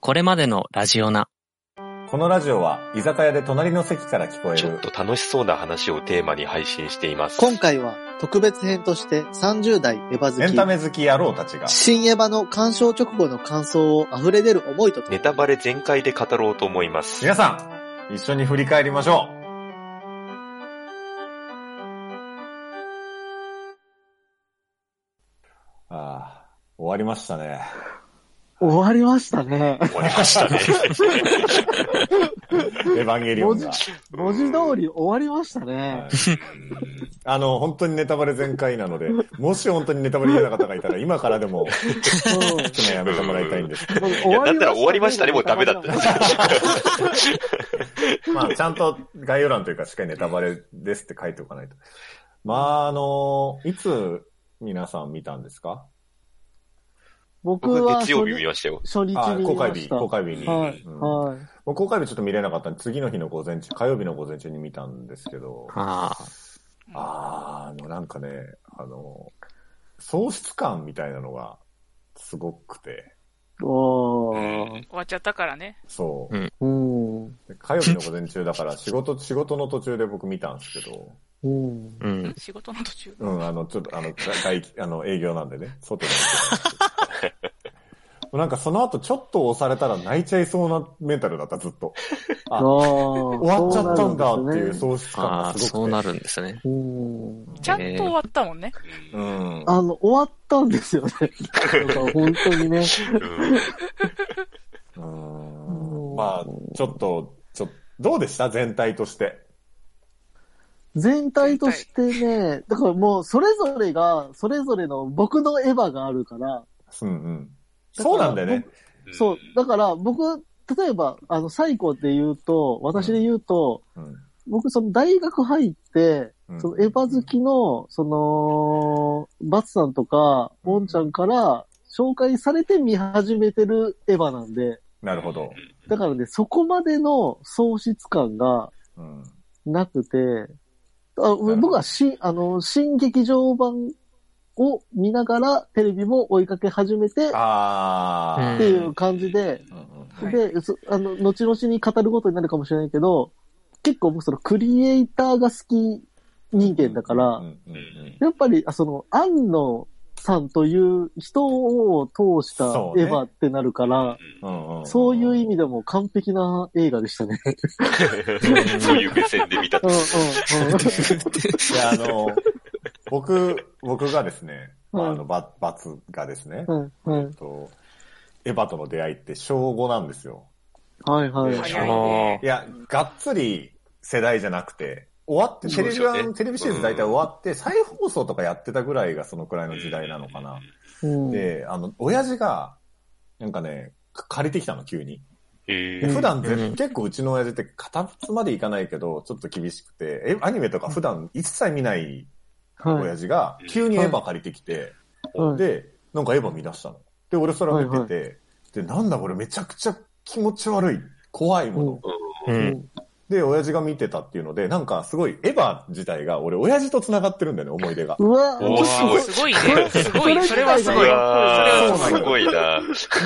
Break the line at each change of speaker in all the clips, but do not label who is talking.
これまでのラジオナ。
このラジオは居酒屋で隣の席から聞こえ
ちょ
る
っと楽しそうな話をテーマに配信しています。
今回は特別編として30代エヴ
エンタ
ァ好
メ好き野郎たちが
き、新エヴァの鑑賞直後の感想を溢れ出る思いとと
ネタバレ全開で語ろうと思います。
皆さん一緒に振り返りましょうああ、終わりました ね。
終わりましたね。
終わりましたね。
エヴァンゲリオンが。
文字通り終わりました
は。
ね
いあの、本当にネタバレ全開なので、もし本当にネタバレ嫌な方がいたら、今からでも、
うん
聞くのやめてもらいたいんですけ
僕
い
終
や
わ
だ
りましたね
ったら終わりましたね、もうダメだった。
ど、まあ、ちゃんと概要欄というか、しっかりネタバレですって書いておかないと。まあ、あの、いつ皆さん見たんですか
僕
僕
は
月曜日見ましたよ。
初日
あ
に見
公開
まし
日、
た。
公開日に。
はい
うんも
は
う公開日ちょっと見れなかったんで、次の日の午前中、火曜日の午前中に見たんですけど、あ
ああ。
あー、あの、なんかね、あの、喪失感みたいなのが、すごくて、
い。おー。
終わっちゃったからね。
そう。
うん。うん
で火曜日の午前中だから、仕事、仕事の途中で僕見たんですけど、
うん。
うん。
仕事の途中。
うん、あの、ちょっと、あの、が外あの、営業なんでね、 外で見てたんですけど。もうなんかその後ちょっと押されたら泣いちゃいそうなメンタルだった、ずっと。あ終
終
わっちゃったんだっていう
そ
喪失感
あ
が
あ、
す
そ
ご
う
く
な
て。
るんですね。
うなんですね。
ちゃんと終わったもんね。
うん。
あの、終わったんで すよね。なんか本当にね。
う
う
ん
うんん
まあ、ちょっと、ちょっと、どうでした全体として。
全体としてね、だからもうそれぞれが、それぞれの僕のエヴァがあるから、
うんうん。そうなんだよね。
そう、だから僕、例えば、あの、最高で言うと、私で言うと、
うん
僕その大学入って、
うん
そのエヴァ好きの、その、バツさんとか、オンちゃんから紹介されて見始めてるエヴァなんで、
なるほど。
だからね、そこまでの喪失感が
うん。
なくて、あ
ほど
僕は新、あの、新劇場版を見ながらテレビも追いかけ始めて、っ
あ
ていう感じで、
ー。うんうん
はい
で、そあの、後々に語ることになるかもしれないけど、結構僕そのクリエイターが好き人間だから、
うんうんうん
やっぱり、あその、安野さんという人を通したエ
そうね
ヴァってなるから、
うんうんうん
そう,、いう意味でも完璧な映画でし たね。
そういう目線で見た
う
と
んうんうん。
いや、あの、僕、僕がですね、まあ、
うん
あの、ババツがですね、
うんうん
とエヴァとの出会いって小5なんですよ。
はいはい。
早
あ
いね。
いや、がっつり世代じゃなくて、終わって、テレビ
そうですよ
版、
ね
テレビシリーズ大体終わって、再放送とかやってたぐらいがそのくらいの時代なのかな。
うん
で、あの、親父が、なんかね、か借りてきたの、急に。
え
で
ー
普段ぜ、
うん
結構うちの親父って片付までいかないけど、ちょっと厳しくて、え、アニメとか普段一切見ない
はい
親父が
うん、
急にエヴァ借りてきて、
はい
で、なんかエヴァ見出したの。で、俺それ見てて、で、なんだこれめちゃくちゃ気持ち悪い。怖いもの。
うん。
で、親父が見てたっていうので、なんかすごいエヴァ自体が、俺親父と繋がってるんだよね、思い出が。
うわ
おーすごい
すごいね。すごい。それはす
う
ごい。
わ
そう
ー
なんだ
すごいな。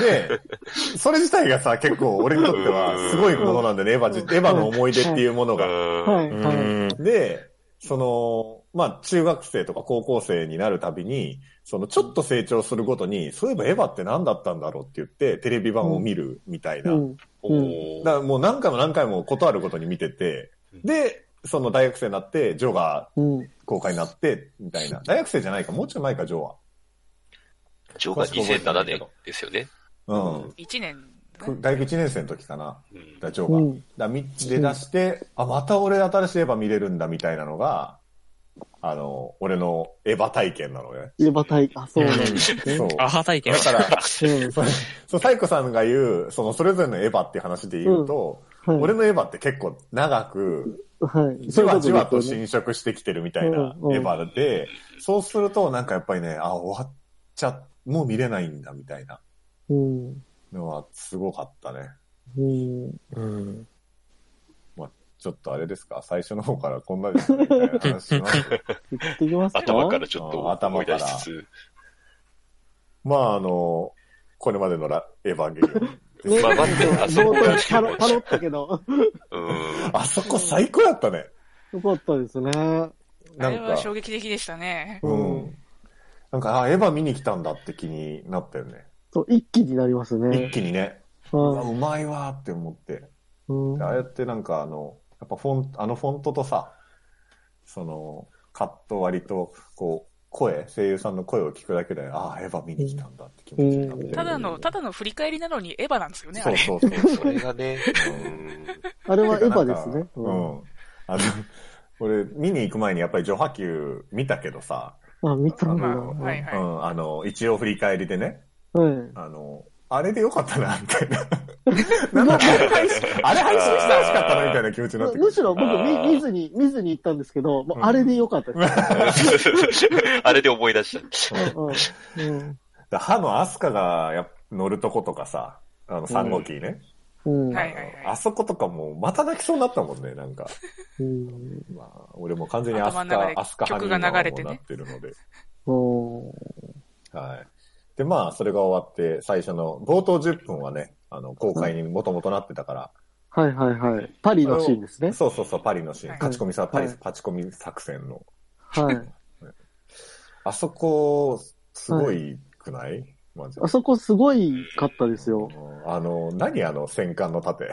で、それ自体がさ、結構俺にとってはすごいものなんだよね、エヴァ自、エヴァの思い出っていうものが。
う
は
ん
いはい。
で、その、まあ、中学生とか高校生になるたびに、その、ちょっと成長するごとに、そういえばエヴァって何だったんだろうって言って、テレビ版を見るみたいな。
うん
お
だ
ー
からもう何回も何回も断ることに見てて、で、その大学生になって、ジョーが
うん。
公開になって、みたい な。大学生じゃないか、もうちょい前か、ジョーは。
ジョーが2007年ですよね。
うん。
一年だね。
く大学1年生の時かな、
うん
だジョーが。
うん。
だ見出だして、あ、また俺新しいエヴァ見れるんだ、みたいなのが、あの、俺のエヴァ体験なのね。
エヴァ体、あ、そうなんですね。
そう。
アハ体験
だ
は。
から、
うん
そう そう、サイコさんが言う、そのそれぞれのエヴァっていう話で言うと、
はい
俺のエヴァって結構長く、
はい。
じ
そういう
わ
こと
じわと
ですよ
侵
ね
食してきてるみたいな
うんうん
エヴァで、そうするとなんかやっぱりね、あ、終わっちゃ、もう見れないんだみたいな
うん。
のはすごかったね。
うん。
うん。
ちょっとあれですか最初の方からこんなですねみたいな話しますけど
言ってきますか
頭からちょっと思い出しつつ。
まああの、これまでのラエヴァンゲリオン
ね
まあ、バッツン、あそこ
冒
が
頭
一
パ
番
ロ、パロったけど、
うん。
あそこ最高だったね。
よかったですね。
あ
なん
れは
か
衝、撃的でしたね。
うん。なんか、あ、エヴァ見に来たんだって気になったよね。
そう、一気になります
一
ね。
気にね。うわ
は
うまいわーって思って。
いうん
でああやってなんかあの、やっぱフォント、あのフォントとさ、その、カット割と、こう、声、声優さんの声を聞くだけで、ああ、エヴァ見に来たんだって気持ちになって。
うん
ただの、ただの振り返りなのにエヴァなんですよね、あ
そう
れ。
そうそう。
それがね、うん。
あれはエヴァですね。
う
うん
ん。あの、 俺、見に行く前にやっぱり序波球見たけどさ、
あ、見たんだ。
まあ、
うん
はいは
う
い。
ん、あの、一応振り返りでね、
はい。
あの、あれでよかったな、みたいな。なんだろうあれ配信、あれ配信してほしかったな、みたいな気持ちにな
む
ってくる
むしろ僕
あー
見見ずに、見ずに行ったんですけど、もううんあれでよかったです。
あれで思い出した。
うんうん
だ歯のアスカがやっ乗るとことかさ、あの、3号機ね。
うん
はいはいはい
あそことかもう、また泣きそうになったもんね、なんか。
うん
まあ、俺も完全にアスカ、
頭の中で
アスカ
曲
派に今
が流れ
も
て
な
ね
ってるので。
うん
はい。で、まあ、それが終わって、最初の、冒頭10分はね、あの、公開にもともとなってたから、
はいはいはい。パリのシーンですね。
そうそうそう、パリのシーン、
はい
勝ち込みさ、パリ、
はい
パチコミ作戦の。
はい。
あそこ、すごいくない、マジで
あそこすごいかったですよ。
あの、何あの、戦艦の盾。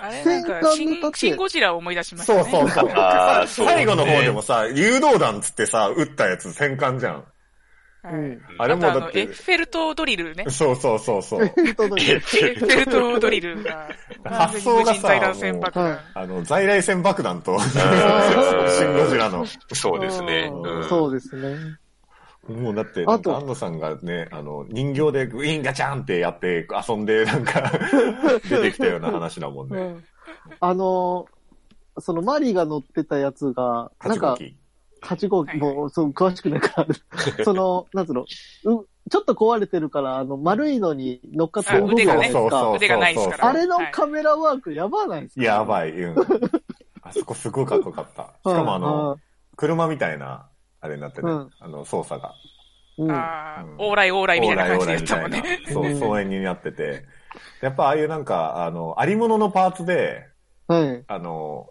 あれなんか、シ
戦艦の
ン
盾
シンゴジラを思い出しました
そう
ね。
そうそう。
あーそうね
最後の方でもさ、誘導弾つってさ、撃ったやつ戦艦じゃん。
はい
うん
あれも
あと
だ
あの
っ、
エ
て。
ッ、フェル塔ドリルね
そうそうそうそう。
エッ
エ
フ
ッフェル塔ドリルが、完
発
全
想
に無
が
人
さ
体弾戦爆
もうはい。
弾
あの、在来線爆弾と、シ
ー
ンゴジラの。
そうですね。
うん
ん
そうですね。
もうだって、
あと
なんか安野さんがね、あの、人形でグイーンガチャンってやって遊んで、なんか、出てきたような話だもん
う
ね。
んあのー、そのマリが乗ってたやつが、な
八
ん
号
か、
機。
8号
はい
もう、そう、詳しくな いから、その、なんつうの、う、ちょっと壊れてるから、あの、丸いのに乗っかって動くじゃないです
そう
か。
そう
腕がないですから
あれのカメラワークやばないですか
やばい、うん。あそこすごいかっこよかった。しかもあの、、車みたいな、あれになってね
うん、あ
あの、操作が。
うんうん
あ
うん
あ、往来往来みたいな感じでや
オーライオーライみ
った
た
も
い
ん
な
ね。
そうう、
ん
疎遠になってて。やっぱああいうなんか、あの、ありもののパーツで、
はい、
あの、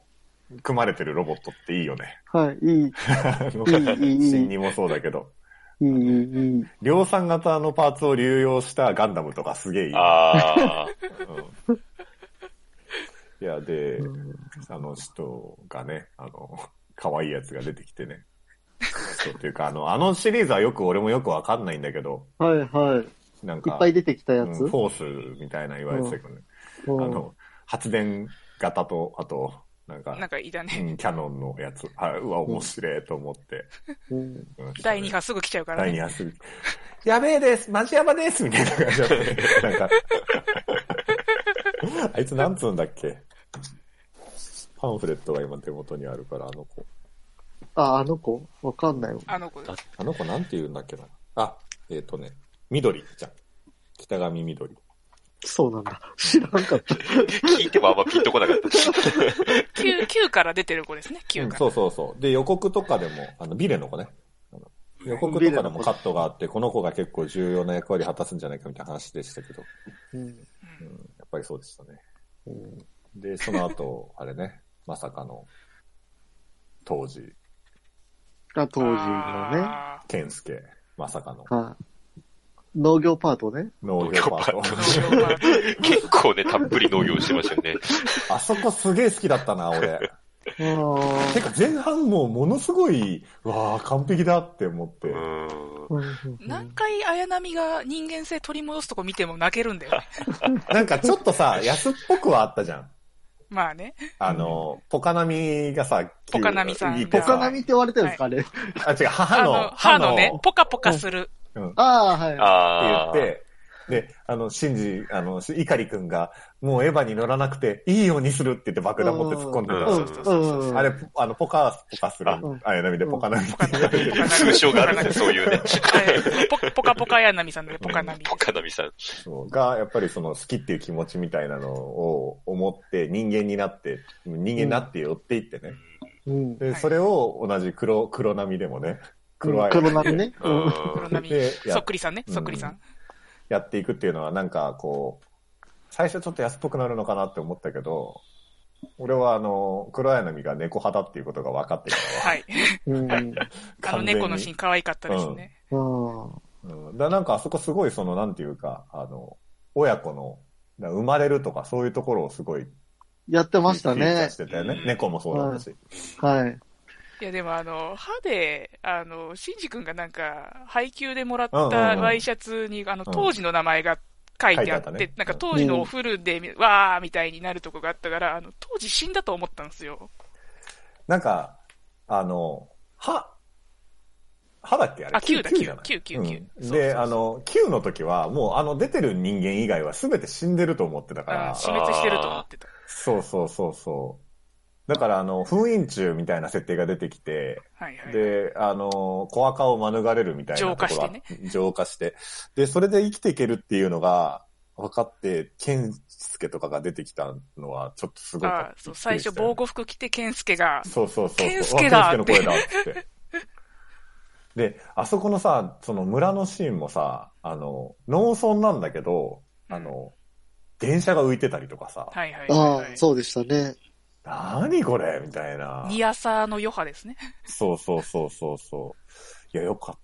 組まれてるロボットっていいよね。
はい、いい、
あの
いいいいいい
新にもそうだけど。
いい、いい、いい。
量産型のパーツを流用したガンダムとかすげえいい。
ああ。
うんいや、で
う、ん
あの人がね、あの、可愛いやつが出てきてね。そうっていうか、あの、あのシリーズはよく俺もよくわかんないんだけど、
はい、はい。
なん
い
か、
っぱい出てきたや
うん
つ。
フォースみたいな言われてたけどね。
うん
あの、発電型と、あと、なんか、
なんかいたね。
うんキャノンのやつ。あうわ、面白いと思って。
うん
うん
第2波すぐ来ちゃうから
第
ね
2。波すぐ。やべえですマジヤバですみたいな感じだ った。なんか。 あいつなんつうんだっけパンフレットが今手元にあるから、あの子。
あ、あの子わかんないわ。
あの子。
あの子なんて言うんだっけなあ、えっ、とね、緑じゃん。北上緑。
そうなんだ。知らんかった。
聞いてもあんまピンとこなかった。
9、九から出てる子ですね、
う
9
ん
か
そうそうそう。で、予告とかでも、あの、ビレの子ね。あの予告とかでもカットがあって、この子が結構重要な役割を果たすんじゃないかみたいな話でしたけど、
うん
うん、やっぱりそうでしたね。で、その後、あれね、まさかの、当時、
が当時のね。は
あ
健介、まさかの、
い。農業パートね。
農業パー
ー
ト。
農業パート
結構ね、たっぷり農業してましたよね。
あそこすげえ好きだったな、俺。
あー
てか前半もうものすごい、わあ完璧だって思って。
うん。
うんうんうん
何回綾波が人間性取り戻すとこ見ても泣けるんだよね。
なんかちょっとさ、安っぽくはあったじゃん。
まあね。
あの、ポカナミがさ、
ポカナミさんが
いいポ
ポカ
カ
ナ
ナ
ミ
ミ
って言われてるんですか、あれ。
あ、違う、
あ
母
の
の、、
歯のね、ポカポカする。
うん、って
ああ、はい。
ああ。
言って、で、あの、シンジ、あの、しイカリくんが、もうエヴァに乗らなくて、いいようにするって言って爆弾持って突っ込んで
う
た
ん
じゃん
うん
そうそうそうそう
あれ、あの、ポカ、ポカする
あ、
あやなみでポカナミ。
ポカナミ。ポカナミ
通称があるんで、そういうね。
はいポポカポカ綾波さんで、ポカナミ。
ポカナミさん。
そうが、やっぱりその好きっていう気持ちみたいなのを思って、人間になって、人間になって寄っていってね。
うん。
で、それを同じ黒、黒波でもね、
黒
波
波ね。
うん
う
黒波
で。や
そっくりさんね、
うん
そっくりさん。
やっていくっていうのは、なんかこう、最初ちょっと安っぽくなるのかなって思ったけど、俺はあの、黒柳が猫派だっていうことが分かってるから。
はい。
うん。
あの猫のシーン可愛かったですね。
うん。
うん、だなんかあそこすごいその、なんていうか、あの、親子の、だ生まれるとかそういうところをすごい、
やってました
フィーチャー
ね
し。てたよね
う。ん
猫もそうだったし。
はい。
いや、でもあの、歯で、あの、シンジ君がなんか、配給でもらった
うんうんうん
ワイシャツに、あの、
うん
当時の名前が書いて
書
あっ
いてあった
て
ね、
なんか当時のおフルで、わーみたいになるとこがあったから、あの、当時死んだと思ったんですよ。
なんか、あの、歯、歯だっけあれ
あ、9だ、
じゃな、い
9 9、9、9。
うんで、あの、9の時は、もうあの出てる人間以外は全て死んでると思ってたか
あ
ら、
死滅してると思ってた。
そうそうそうそう。だから、あの、封印中みたいな設定が出てきて、
はいはい。
で、あの、小赤を免れるみたいなところが。
浄化してね
浄化して。で、それで生きていけるっていうのが分かって、健介とかが出てきたのは、ちょっとすごい、
あそう、最初防。護服着て、ケンスケが、
そうそうそうそう。
健介だ
あ健介の声だっつって。で、あそこのさ、その村のシーンもさ、あの、農村なんだけど、あの、電車が浮いてたりとかさ、
はいはいはい
あ
は
あ、
い。
そうでしたね。
何これみたいな。
ニアサーの余波ですね。
そうそうそうそうそう。いや、よかっ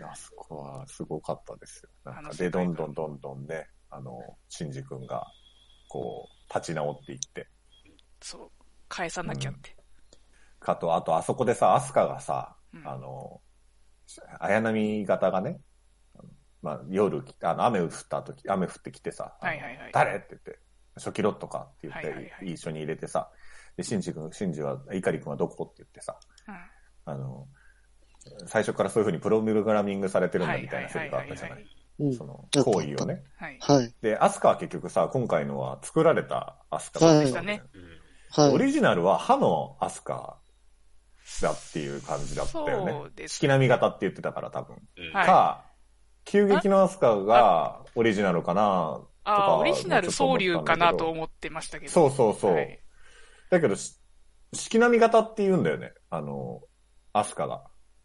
た。あそこはすごかったですよ。なん
あ
か
の
で、
世
ど
界
んど
観
んどんどんね、あの、シンジ君が、こう、立ち直っていって。
そう。返さなきゃって。
かと、あと、あそこでさ、アスカがさ、
うん
あの、綾波型がね、あのまあ、夜、あの、雨降った時、雨降ってきてさ、あの
はいはいはい
誰って言って、初期ロットかって言って、
はいはいはい
一緒に入れてさ、で、シンジ君、シンジは、イカリ君はどこって言ってさ、
うん
あの、最初からそういうふうにプログラミングされてるんだみたいなセリフがあったじゃ
は
ない
はい
うん
そ。の
うん
行為をね。
はい。
はい。
で、アスカは結局さ、今回のは作られたアスカだったじゃん
そうでし
う
た
ん
はい。
オリジナルは歯のアスカだっていう感じだったよね。
そうです
四季並み型って言ってたから多分。
うん
はい
か、急激のアスカがオリジナルかな。と
あ
か
あ、オリジナル総流かなと思ってましたけど。
そうそうそう。
はい
だけど、し四季並み型って言うんだよね。あの、アスカが。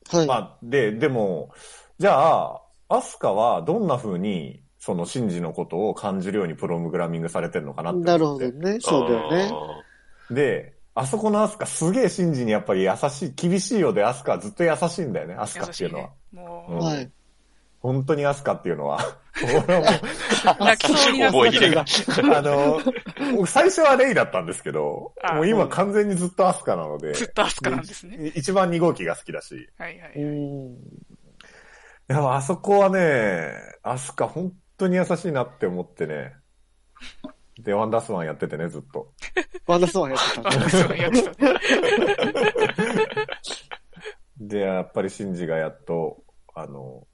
はい。
まあ、で、でも、じゃあ、アスカはどんな風に、その、シンジのことを感じるようにプログラミングされてるのかなって思って。
なるほどね。そうだよね。
で、あそこのアスカすげえシンジにやっぱり優しい、厳しいようでアスカはずっと優しいんだよね、アスカ
優
ってい
し
う
い
のは。
ね。
うん
も
はい。。
本当にアスカっていうのは。俺はも
う、泣きそうにな
思い入れ
っ
が。
う、あの、僕最初はレイだったんですけど、
あ
もう今完全にずっとアスカなので
た。、ずっとアスカなんですね。
い一番2号機が好きだし。
はいはいう
ん。
でもあそこはね、アスカ本当に優しいなって思ってね。で、ワンダースワンやっててね、ずっと。
ワンダースワンやってた
あ
ね。
そうやってたね
で、やっぱりシンジがやっと、あの、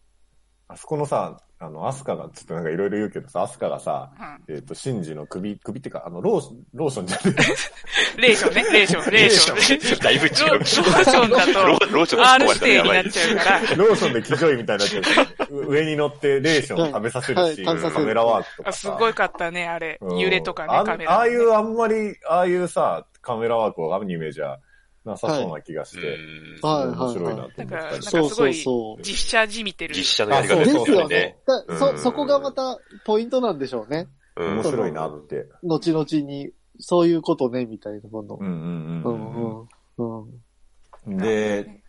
あそこのさ、あの、アスカが、ちょっとなんかいろいろ言うけどさ、アスカがさ、
うん
えっ、と、シンジの首、首ってか、あの、ローション、ローションじゃね
レーションね、レーション、レーション。
だいぶ違う。
ロ ーションだ
ロ
と、
ーローション
R
壊
指
したら
定
や
に
ば
ないっちゃうから、
え。ローションで騎乗位みたいになっちゃうからう上に乗ってレーションを食べさせるし、
はいはい食べさせる
カメラワークとか
あ
さ。
すごいかったね、あれ。
うん
揺れとか
あ
ね、
ん
カメラ。
ああいう、あんまり、ああいうさ、カメラワークをアニメじゃなさそうな気がして、
うん
はい
面
はい
白いな
は
と
い。
思った
なん
り
か
そうそうそ
実写じみてる。
実写
あ
のやり方
そう
です
そうそ
よ
う
ね。
う。だそ、
うん
そこがまたポイントなんでしょうね。
うん
面白いなって。
後々に、そういうことね、みたいなもの
う。んうん
う
うんうん。
んうん。うん。
で、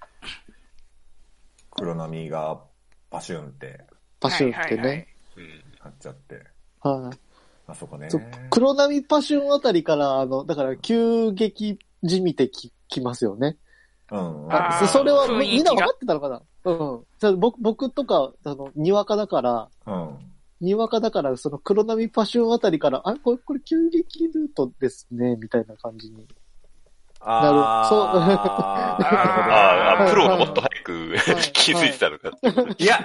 黒波がパシュンって
パシュンって
はいはいは
ね。
い
うん
なっちゃって、
はい。
あそこね。
そう黒波パシュンあたりから、あの、だから急激じみてき、きますよね。
うん、
あー
そそれは
雰囲気が
みんな分かってたのかなうん。じゃあ僕、僕とか、あの、にわかだから、
うん。
にわかだから、その黒波パシュンあたりから、あれこれ、これ急激ルートですね、みたいな感じに。
あー
なるほどそう
あーあ、プロがもっと
は
早く 気づいてたのか。
いいや、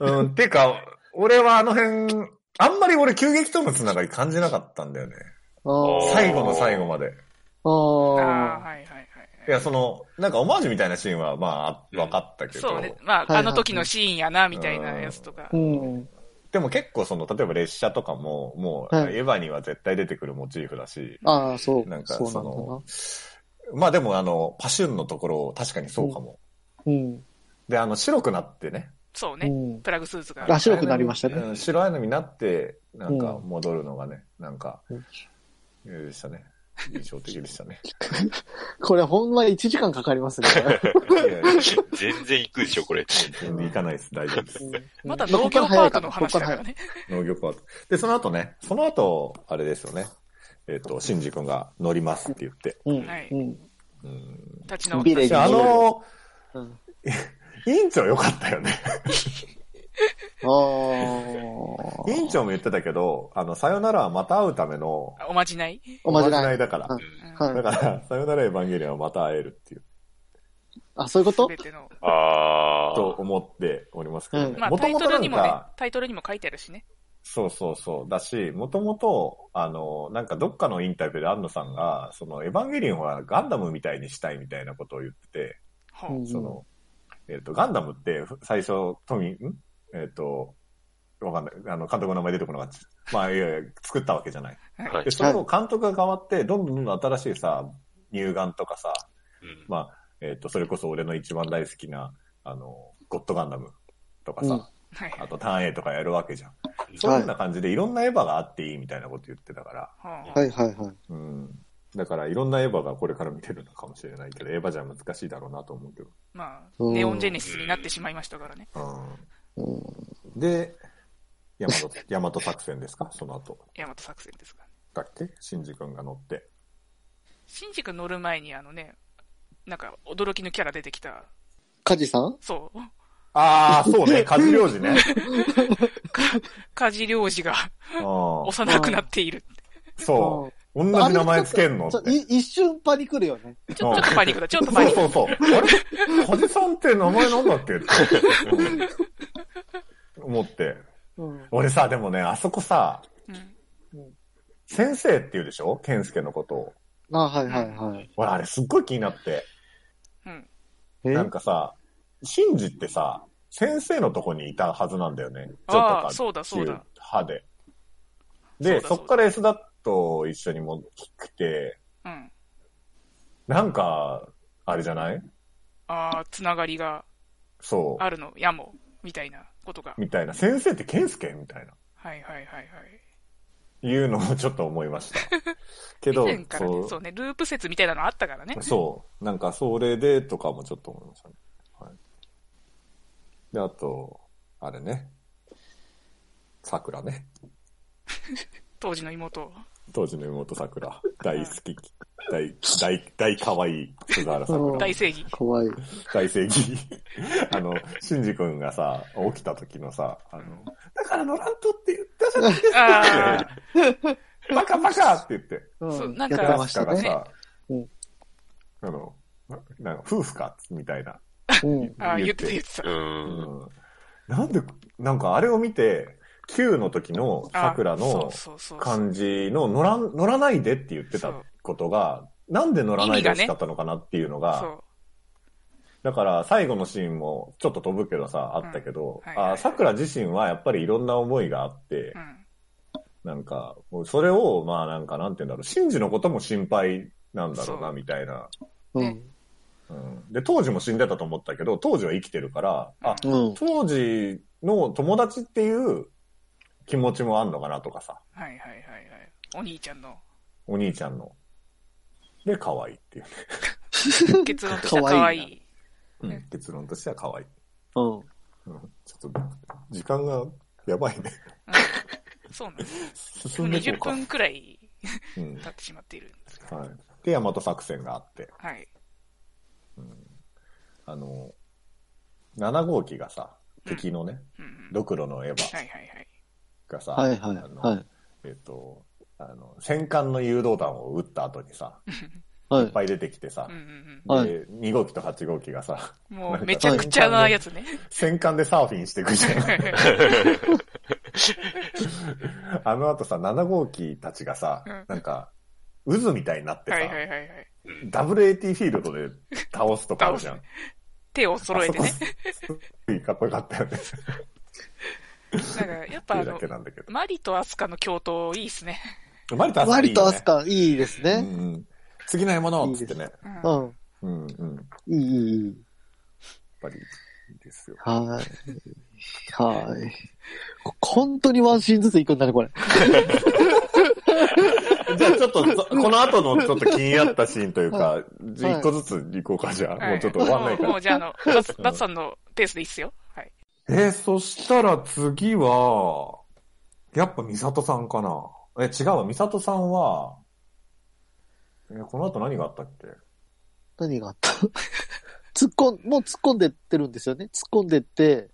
うん、てか、俺はあの辺、あんまり俺急激とのつながり感じなかったんだよね。
あー
最後の最後まで。
ああ、
あ
はいはい
い
は
や、その、なんかオマージュみたいなシーンは、まあ、わかった
い。
けど。
そうね。ま
い
あ、
はい
あの時のシーンやな、みたいなやつとか
ー。。うん。
でも結構その、例えば列車とかも、もう、
はい
エヴァには絶対出てくるモチーフだし、
ああ、そう。
なんか
そう
そ
なんだな
の。、まあでもあの、パシュンのところ、確かにそうかも。
うん。
で、あの、白くなってね、
そう
う
ね。
ん。
プラグスーツが。
あ白くなりましたね
うん白アイヌになって、なんか戻るのがね、なんか、
うん
あれでしたね。印象的でした ね。
これほんま1時間かか りますね。
いやいや
全然行くでし ょ、これ。
全然行かないです。大丈夫です。
うん
まだ農業パートの
こっ
話だ
ら
か
早い
らね。
農業パート。で、その後ね、その後、あれですよね。えっ、と、シンジ君が乗りますって言って。
こっ
は
から早い。
い
うん。
うん。
立ち直っ
ビレッジ
た
じゃあ、あの
うん
ー、委員長良かったよね。
あ
委員
あ。
長も言ってたけど、あの、さよならはまた会うための、
あおまじない。
おまじない。
だから
う。
うん
はい
だから、さよならエヴァンゲリオンはまた会えるっていう、
あ、そういうこと
全ての。
あ
と思っておりますけど
うん
ね
ま。あ、
もと
タイ
も
ト
と
ル
な
に
ん
もね
か、、
タイトルにも書いてあるしね。
そうそうそう。だし、もともと、あの、なんかどっかのインタビューで安野さんが、その、エヴァンゲリオンはガンダムみたいにしたいみたいなことを言ってて、
ほ
う
うん
その、えっ、と、ガンダムって、ふ最初、トミー、んえっ、と、わかんない。あの、監督の名前出てこなかった。まあ、いやいや、作ったわけじゃない。
あ。はい
で、。その監督が変わって、どんどんどんどん新しいさ、乳がんとかさ、
うん
まあ、えっ、と、それこそ俺の一番大好きな、あの、ゴッドガンダムとか
う
さ
ん、
はい。
あとターン A とかやるわけじゃん。
うん
そういうような感じで、いろんなエヴァがあっていいみたいなこと言ってたから、
ほう
はいはいはい。
うん。だから、いろんなエヴァがこれから見てるのかもしれないけど、エヴァじゃ難しいだろうなと思うけど。
まあ、
うん
ネオンジェネシスになってしまいましたからね。
うん。
うん
で、ヤマト、 ヤマト作戦ですかその後。
大和作戦ですが。
だっけシンジ君が乗って。
シンジ君乗る前にあのね、なんか驚きのキャラ出てきた。
カジさん
そう。
ああ、そうね。カジリョウジね。
カジリョウジが
うん。
幼くなっている。
そうう。同じ名前つけんの
ん
っ
ちょ
て。
い一瞬パニクるよね。
うん
ちょっとパニックだ。ちょっとパ
そ
ニ
う
ック。
そうそう。あれカジさんって名前なんだっけってうん思って。
うん。
俺さ、でもね、あそこさ、
うん
先生って言うでしょケンスケのことを。
あ、はいはいはい。
俺、あれすっごい気になって。
うん。
え
なんかさ、シンジってさ、先生のとこにいたはずなんだよね。
あー
ちょっとか
そうだそうだ
歯で。
そうだ
で、
そうだ
そっからエスダット一緒にも来て、
うん。
なんか、あれじゃない
ああ、つながりが
そ
あるの、やも、みたいなことが
う。。みたいな。先生ってケンスケみたいな。
はいはいはいはい。
いうのをちょっと思いま した。け
以
ど、
前からね、そうね、ループ説みたいなのあったからね。
そう。なんか、それでとかもちょっと思いましたね。はい。で、あと、あれね。桜ね。
当時の妹。
当時の妹桜。大好き。大、大、大可愛い鈴原
うん
桜。
大正義。
怖い。
大正義。 あの、シンジ君がさ、起きた時のさ、あの、だから乗らんとって言ったじゃない
ああ、
バカバカって言って。
うん
そうなんか
やって
ラ
ま
ス
し
カ
た
が
ね。
さ、
うん
あの、ななんか夫婦かみたいな。
うん。
ああ、言ってた言ってた。
うん。
うんなんで、なんかあれを見て、Q の時の
あ
桜の
そうそうそうそう
感じの乗らん、乗らないでって言ってたことが、なんで乗らないで
意
ほ
味がね
しかったのかなっていうの
そ
が、
う。
だから最後のシーンもちょっと飛ぶけどさ、あったけど
うんはい、はい
あ桜自身はやっぱりいろんな思いがあって
う、ん。
なんか、もうそれを、まあなんかなんて言うんだろう、シンジのことも心配なんだろう
そ
な、
う
みたいな。
うん。
うんで、当時も死んでたと思ったけど、当時は生きてるから、あ、
うん。
当時の友達っていう気持ちもあんのかなとかさ、
はいはいはいはい。お兄ちゃ んの
お兄ちゃんの。で、可愛いっていう。
結論としては
可
可愛
愛
い
い
い。
うん結論としては可愛い。
うん。
うんちょっと、時間がやばい ね。
うんそうなんです。
進
もうん
でいこ
20
うか。
分くらい
うん
経ってしまっているんですけど。
はい。で、大和作戦があって、
はい。
あの、7号機がさ、敵のね、
うんうん
ドクロのエヴ
は
ァ
いはいはい。
がさ、
はいはい
あの
はい。
えっ、と、あの、戦艦の誘導弾を撃った後にさ、
はい
いっぱい出てきてさ
うん、うん
はい
で、2号機と8号機がさ、
うんもうめちゃくちゃなやつね。
戦艦でサーフィンしていくじゃん。 あの後さ、7号機たちがさ
うん、
なんか、渦みたいになってさ、
はいはいはいはい。
ダブル AT フィールドで倒すとかある じゃん。
手を揃えてね。
あそこ。すごいかっこよかったよ ね。
なんか、やっ
っ
ぱ
て
あ
いうだ
の
け、なんだけ
マリとアスカの共闘いいっすね。
ど。マリとアスカい
割
いよ
と
ね。
アスカ、いいです
う
ね。
んうん。次の獲物っつって
い
ね。
うん
うん。
うんうん。やっ
いい、いい、いい。
ぱり、いいですよ。
ははい。こ本当にワンシーンずつ行くんだね、これ。
じゃあちょっと、そこの後のちょっと気になったシーンという か、じゃあ一個ずつ行こうか、じゃあ。もうちょっと終わんないか
もうも
ら
う。じゃあ、あの、バツバツさんのペースでいいっすよ。はい。
えーそしたら次は、やっぱ美里さんかな。え、違うわ、美里さんは、えーこの後何があったっけ
何があった突っ込ん、もう突っ込んでってるんですよね。突っ込んでって、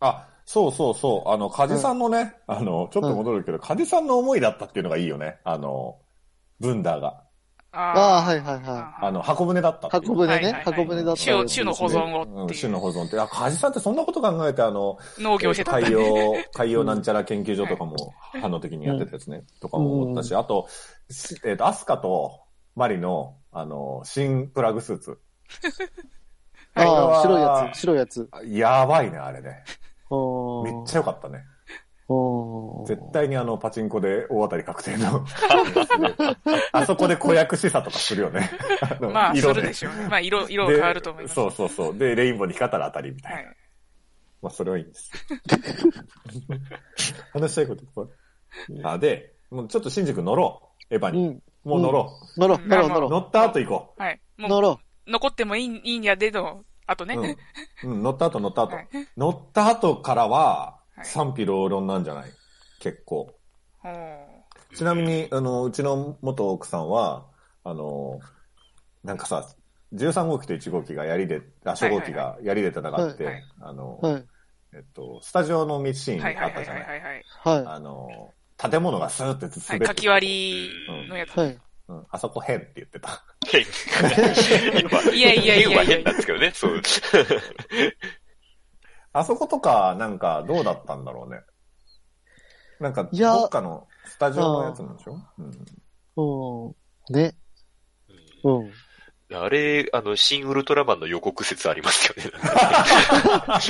あ、そうそうそう、あの、梶さんのね、あの、ちょっと戻るけど、梶さんの思いだったっていうのがいいよね。あの、ブンダーが。
ああ、
あ
はいはいは
あの、箱舟だったっていう
箱舟ね
箱
舟だった
種を種の保存を
う
っ
ん
てい
種
う。
の保存って。あ、梶さんってそんなこと考えて、あの、
農業してたんだ
海洋、海洋なんちゃら研究所とかも、反応的にやってたやつね、とかも思ったし、あと、しえっ、と、アスカとマリの、あの、新プラグスーツ。
い。
はい
ああ、白いやつ、白いやつ。
やばいね、あれね。
め
めっちゃ良かったね。
おー
絶対にあの、パチンコで大当たり確定の。 あそこで子役示唆とかするよね。 の
まあ、す
色
るでしょう。まあ、色、色変わると思います。
そうそうそう。で、レインボーに光ったら当たりみたいな。
はい。
まあ、それはいいんです。 話したいこといっぱいある。あ、で、もうちょっと新宿乗ろう。エヴァ
う
に。
ん。
もう乗ろ
乗ろう、乗ろう、乗
う。
ろ
乗った後行こ
はい。
う。
も
乗
う、
ろ
残ってもいい、いいんやでの、あと
う。
ね。
うん。うん、乗った後乗った後
はい。
乗った後からは
は、い
賛否両論なんじゃない結構。
ほう
ちなみに、あの、うちの元奥さんは、あの、なんかさ、13号機と1号機が槍で、あ、初号機が槍で戦って、
はいはい
あの、
う。はい。
えっと、スタジオの道シーン
はい
あ
は
っ
いは
た
い
じゃ
は
ないい
はいはい。
は
あの、建物がスーって滑って
は
る
い、かき割りのやつ。
い。はい。
うん、あそこ変って言ってた。
いやいやいやいや
は変なんですけどね、そう。
あそことか、なんか、どうだったんだろうね。なんか、
いや
どっかのスタジオのやつなんでしょうん。
うん。ね。うん。
あれ、あの、新ウルトラマンの予告説あります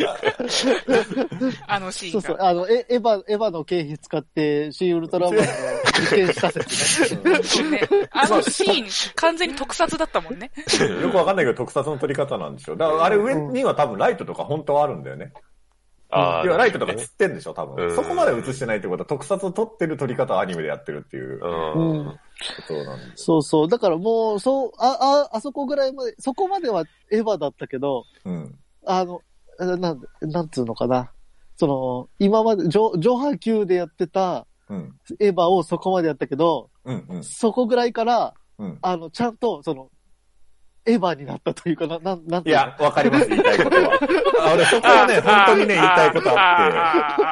よね。
あのシー
そ
ン
うそう。
が。
あの、エエヴァ、エヴァの経費使って、シン・ウルトラマンを実験した説ね。
そうね。あのシーン、完全に特撮だったもんね。
うんよくわかんないけど、特撮の撮り方なんでしょだから、あれ上には多分ライトとか本当はあるんだよね。
あー
要はライトとか映ってんでしょ、多
う
分。
ん
そこまで映してないってことは、特撮を撮ってる撮り方をアニメでやってるって いう
う
こ
ん。うん
となんで。
そうそう。だからもう、そう、あ、あ、あそこぐらいまで、そこまではエヴァだったけど、
うん。
あの、あなん、なんつうのかな。その、今まで、上、上波級でやってた
うん。
エヴァをそこまでやったけど、
うん。うん。
そこぐらいから、
うん。
あの、ちゃんと、その、エヴァになったというかな、なん、なん
い
ていうの
や、わかります、言いたいことは。あ俺、そこはね、本当にね、言いたいことあって、
あって。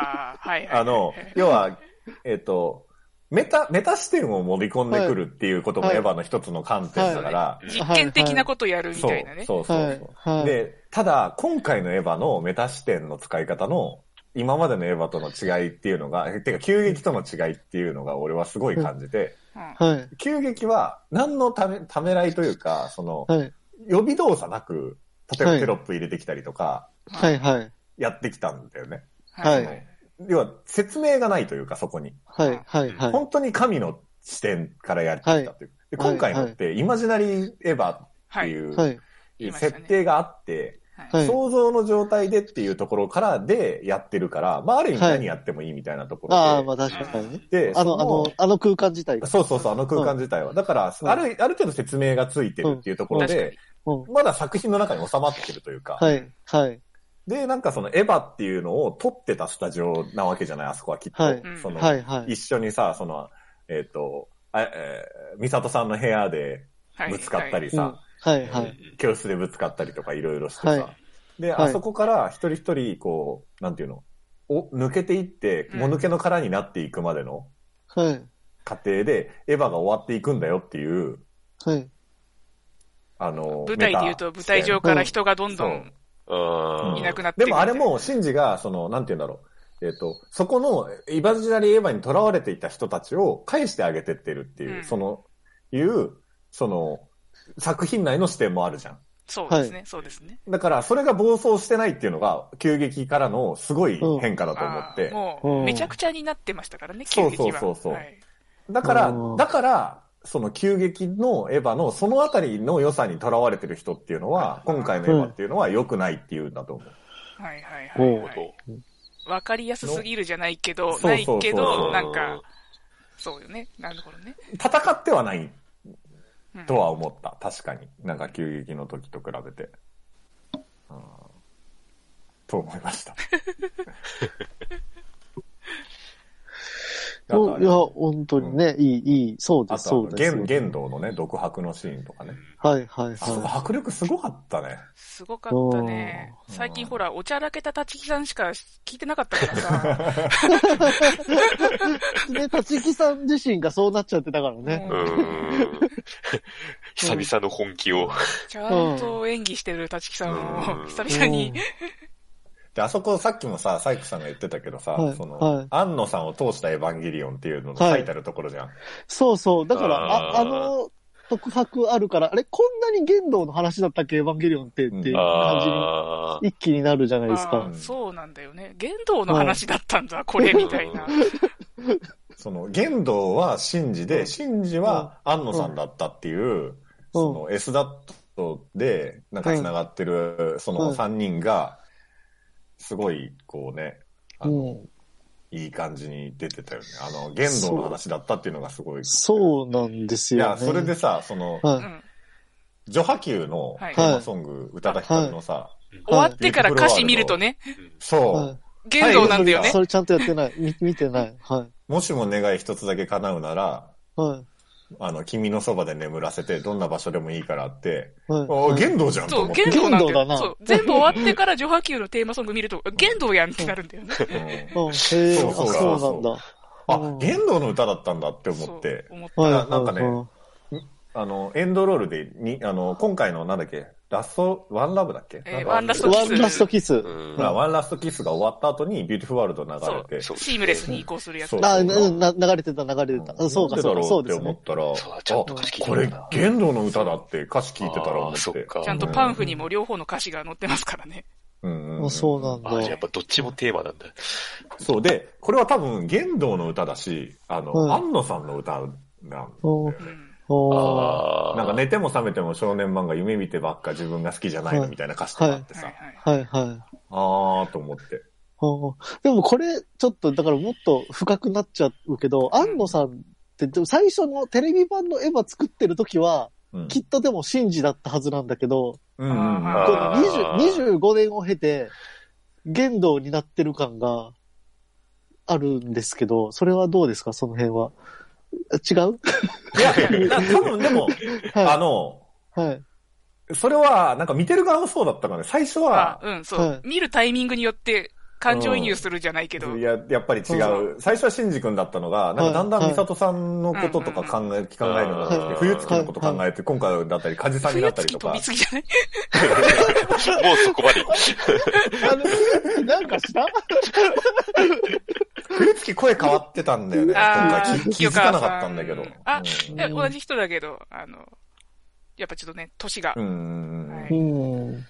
はいはい。
あの、要は、えっと、メタ、メタ視点を盛り込んでくるっていうことも
はい
エヴァの一つの観点だから、
実験的なことやるみ
そう
たいなね。
そうそうそう。
はいはい
で、ただ、今回のエヴァのメタ視点の使い方の、今までのエヴァとの違いっていうのが、えてか、急激との違いっていうのが俺はすごい感じて、
うん
はい。
急激は何のため、ためらいというか、その、
はい。
予備動作なく、例え
は
ば
い
テロップ入れてきたりとか、
はい。はい。
やってきたんだよね。
はい
要は、説明がないというか、そこに。
はい。はい。はい。
本当に神の視点からやってきたという。で今回のって、イマジナリーエヴァって
はい。
いう、
はい。
はい
設定があって、
はい
想像の状態でっていうところからでやってるから、まあ、ある意味何やってもいいみたいなところで。
ああ、まあ確かにね。
で、
あ
そ
の、あの、あの空間自体が。
そうそうそう、あの空間自体は。だから、
うん
ある、ある程度説明がついてるっていうところ
確か
で
に、。
うん。
まだ作品の中に収まってるというか、
はい。はい。
で、なんかそのエヴァっていうのを撮ってたスタジオなわけじゃない、あそこはきっと。
はい
その、
はい。はい。
一緒にさ、その、えっ、と、あえー、美里さんの部屋で
はい
ぶつかったりさ、
はい。はい。
教室でぶつかったりとかいろいろしてさ、
はい
で、
はい
あそこから一人一人、こう、なんていうの、お抜けていって、
うん
もぬけの殻になっていくまでの
はい。
過程で、エヴァが終わっていくんだよっていう、
はい。
あの、
舞台で言うと、舞台上から人がどんど
うん
ん
うん
いなくなって
で
いくみ
も
た
あ
いな
れも、シンジが、その、なんて言うんだろう。えっ、と、そこの、イバジナリーエヴァに囚われていた人たちを返してあげてってるっていう、
うん
その、いう、その、作品内の視点もあるじゃん。
そうですね、そうですね。
だから、それが暴走してないっていうのが、急激からのすごい変化だと思って。
あーもう、めちゃくちゃになってましたからね、
そ
急
うそう
激は。
そうそう
はい
だから
うん、
だから、その急激のエヴァの、そのあたりの良さにとらわれてる人っていうのは、今回のエヴァっていうのは良くないっていうんだと思う。
はいはいは
ほ
いうはい。
と。
わかりやすすぎるじゃないけど、
そう
ないけ
そうそう
ど、
そう
なんか、そうよね。なるほどね。
戦ってはない
うん
とは思った。確かに。なんか急激の時と比べて。うんと思いま した。あとあ
そうい
れ
や、本当にね、いい、いい、そうで
あ
す、そ
と
う
あの、
です。
剣剣道のね、独白のシーンとかね。
はい、はい、
あそこ
は
迫力すごかったね。
すごかったね。
うん
最近ほら、おちゃらけた立木さんしか聞いてなかったか らさ。
い。で、立木さん自身がそうなっちゃってたからね。
う
うん
ーん。久々の本気を。
ちゃんと演技してる立木さん
う
を、
ん
久々に。
で、あそこさっきもさ、サイクさんが言ってたけどさ、
はい
その、
はい
安野さんを通したエヴァンゲリオンっていうのの
はい
書いてあるところじゃん。
そうそう。だから、
あー
あ、あの、特白あるから、あれ、こんなに言動の話だったっけエヴァンゲリオンって、って
うん
いう感じに、
ああ。
一気になるじゃないです
あ
か
ー。そうなんだよね。言動の話だったんだ、これ、みたいな。
その、玄道は真治で、真治は安野さんだったっていう、その S ダットで、なんか繋がってる、そ
は
の
い
3人が、すごい、こうね、あの、
うん。
いい感じに出てたよね。あの、玄道の話だったっていうのがすごい。
そうなんです
い
よ、ね。
や、それでさ、その、
う
はい。
ん
ジョハキューの
はい
テーマソング、歌多田ヒカルのさ、
終わってから歌詞見るとね、
そう、
は
言動なんだよ
い。
ね
そ。れちゃんとやってない。み 見てない。はい。
もしも願い一つだけ叶うなら、
は
あの、君のそばで眠らせて、どんな場所でもいいからって、
い。はい。
ああ、
はい
玄道じゃんと
そう、
思って。
言動なんだ
言動だ
よ。
な
そう、全部終わってから、ジョハキューのテーマソング見ると、言動やんってなるんだよね。
うん
うん、へえ、
そう
あ
そう
そ
そう
うなんだ。
あ、玄道の歌だったんだって思って
そう、思った。
はい、
ななんかね
はいはい
あの、エンドロールでに、あの、今回のなんだっけ、ラスト、ワンラブだっけ、
えー
なんか
ワンラストキ
ワ
ス。
ンラストキス。
うん
ほらワンラストキスが終わった後に、ビューティフルワールド流
そう
れて、
そう
シームレスに移行するやつ
そ。う
あ、うんな流れてた、流れてた。あそうか、そうか、そうで
なんでだろうって
す
思
ね。
ったら、
そうだちゃんと歌詞聞い
あ、こ
てる
れ
んだ、
玄道の歌だって歌詞聞いてたら思
あー
っ。
そってか。
ちゃんとパンフにも両方の歌詞が載ってますからね。
うんうんう
あ
ん
そうなん
ああ、じゃあ
だ
やっ。ぱどっちもテーマなんだ。
そうで、これは多分、玄道の歌だし、あの、
はい
安野さんの歌なん
お
うん。
お
ああ。
なんか寝ても覚めても少年漫画夢見てばっか自分が好きじゃないのみたいな歌詞とかあって
はい
さ、
はい。
はいはい。
あーと思って。
おでもこれ、ちょっと、だからもっと深くなっちゃうけど、安野さんって、でも最初のテレビ版のエヴァ作ってる時は、
うん。
きっとでもシンジだったはずなんだけど、
うんうんうん
あ
こ
ー
の20
あー
25年を経て、言動になってる感があるんですけど、それはどうですかその辺は。違う
いや、いや多分で も、あ
は
の、
い。はい。
それは、なんか見てる側もそうだったからね、最初
あ
は、、
うん、そ。
はいう
見るタイミングによって感情移入するじゃないけど。
いや、やっぱり違う。
う
最初はシンジ君だったのが、なんかだんだ
は
ん
い
美里さんのこととか考え、考えるようになってき
は
て、
い
冬月のこと考えて、今回だったり、梶さんにな
冬
ったり
月
と
飛
か
び。すぎじゃない
もうそこまで。
あ の、なんかした
冬月声変わってたんだよね、今
あ
回気
ー
気づかなかったんだけど。
清川
う
さ
ん
んあ、いや同じ人だけど、あの、やっぱちょっとね、年が
う。んうんうんうん
は。い
うん。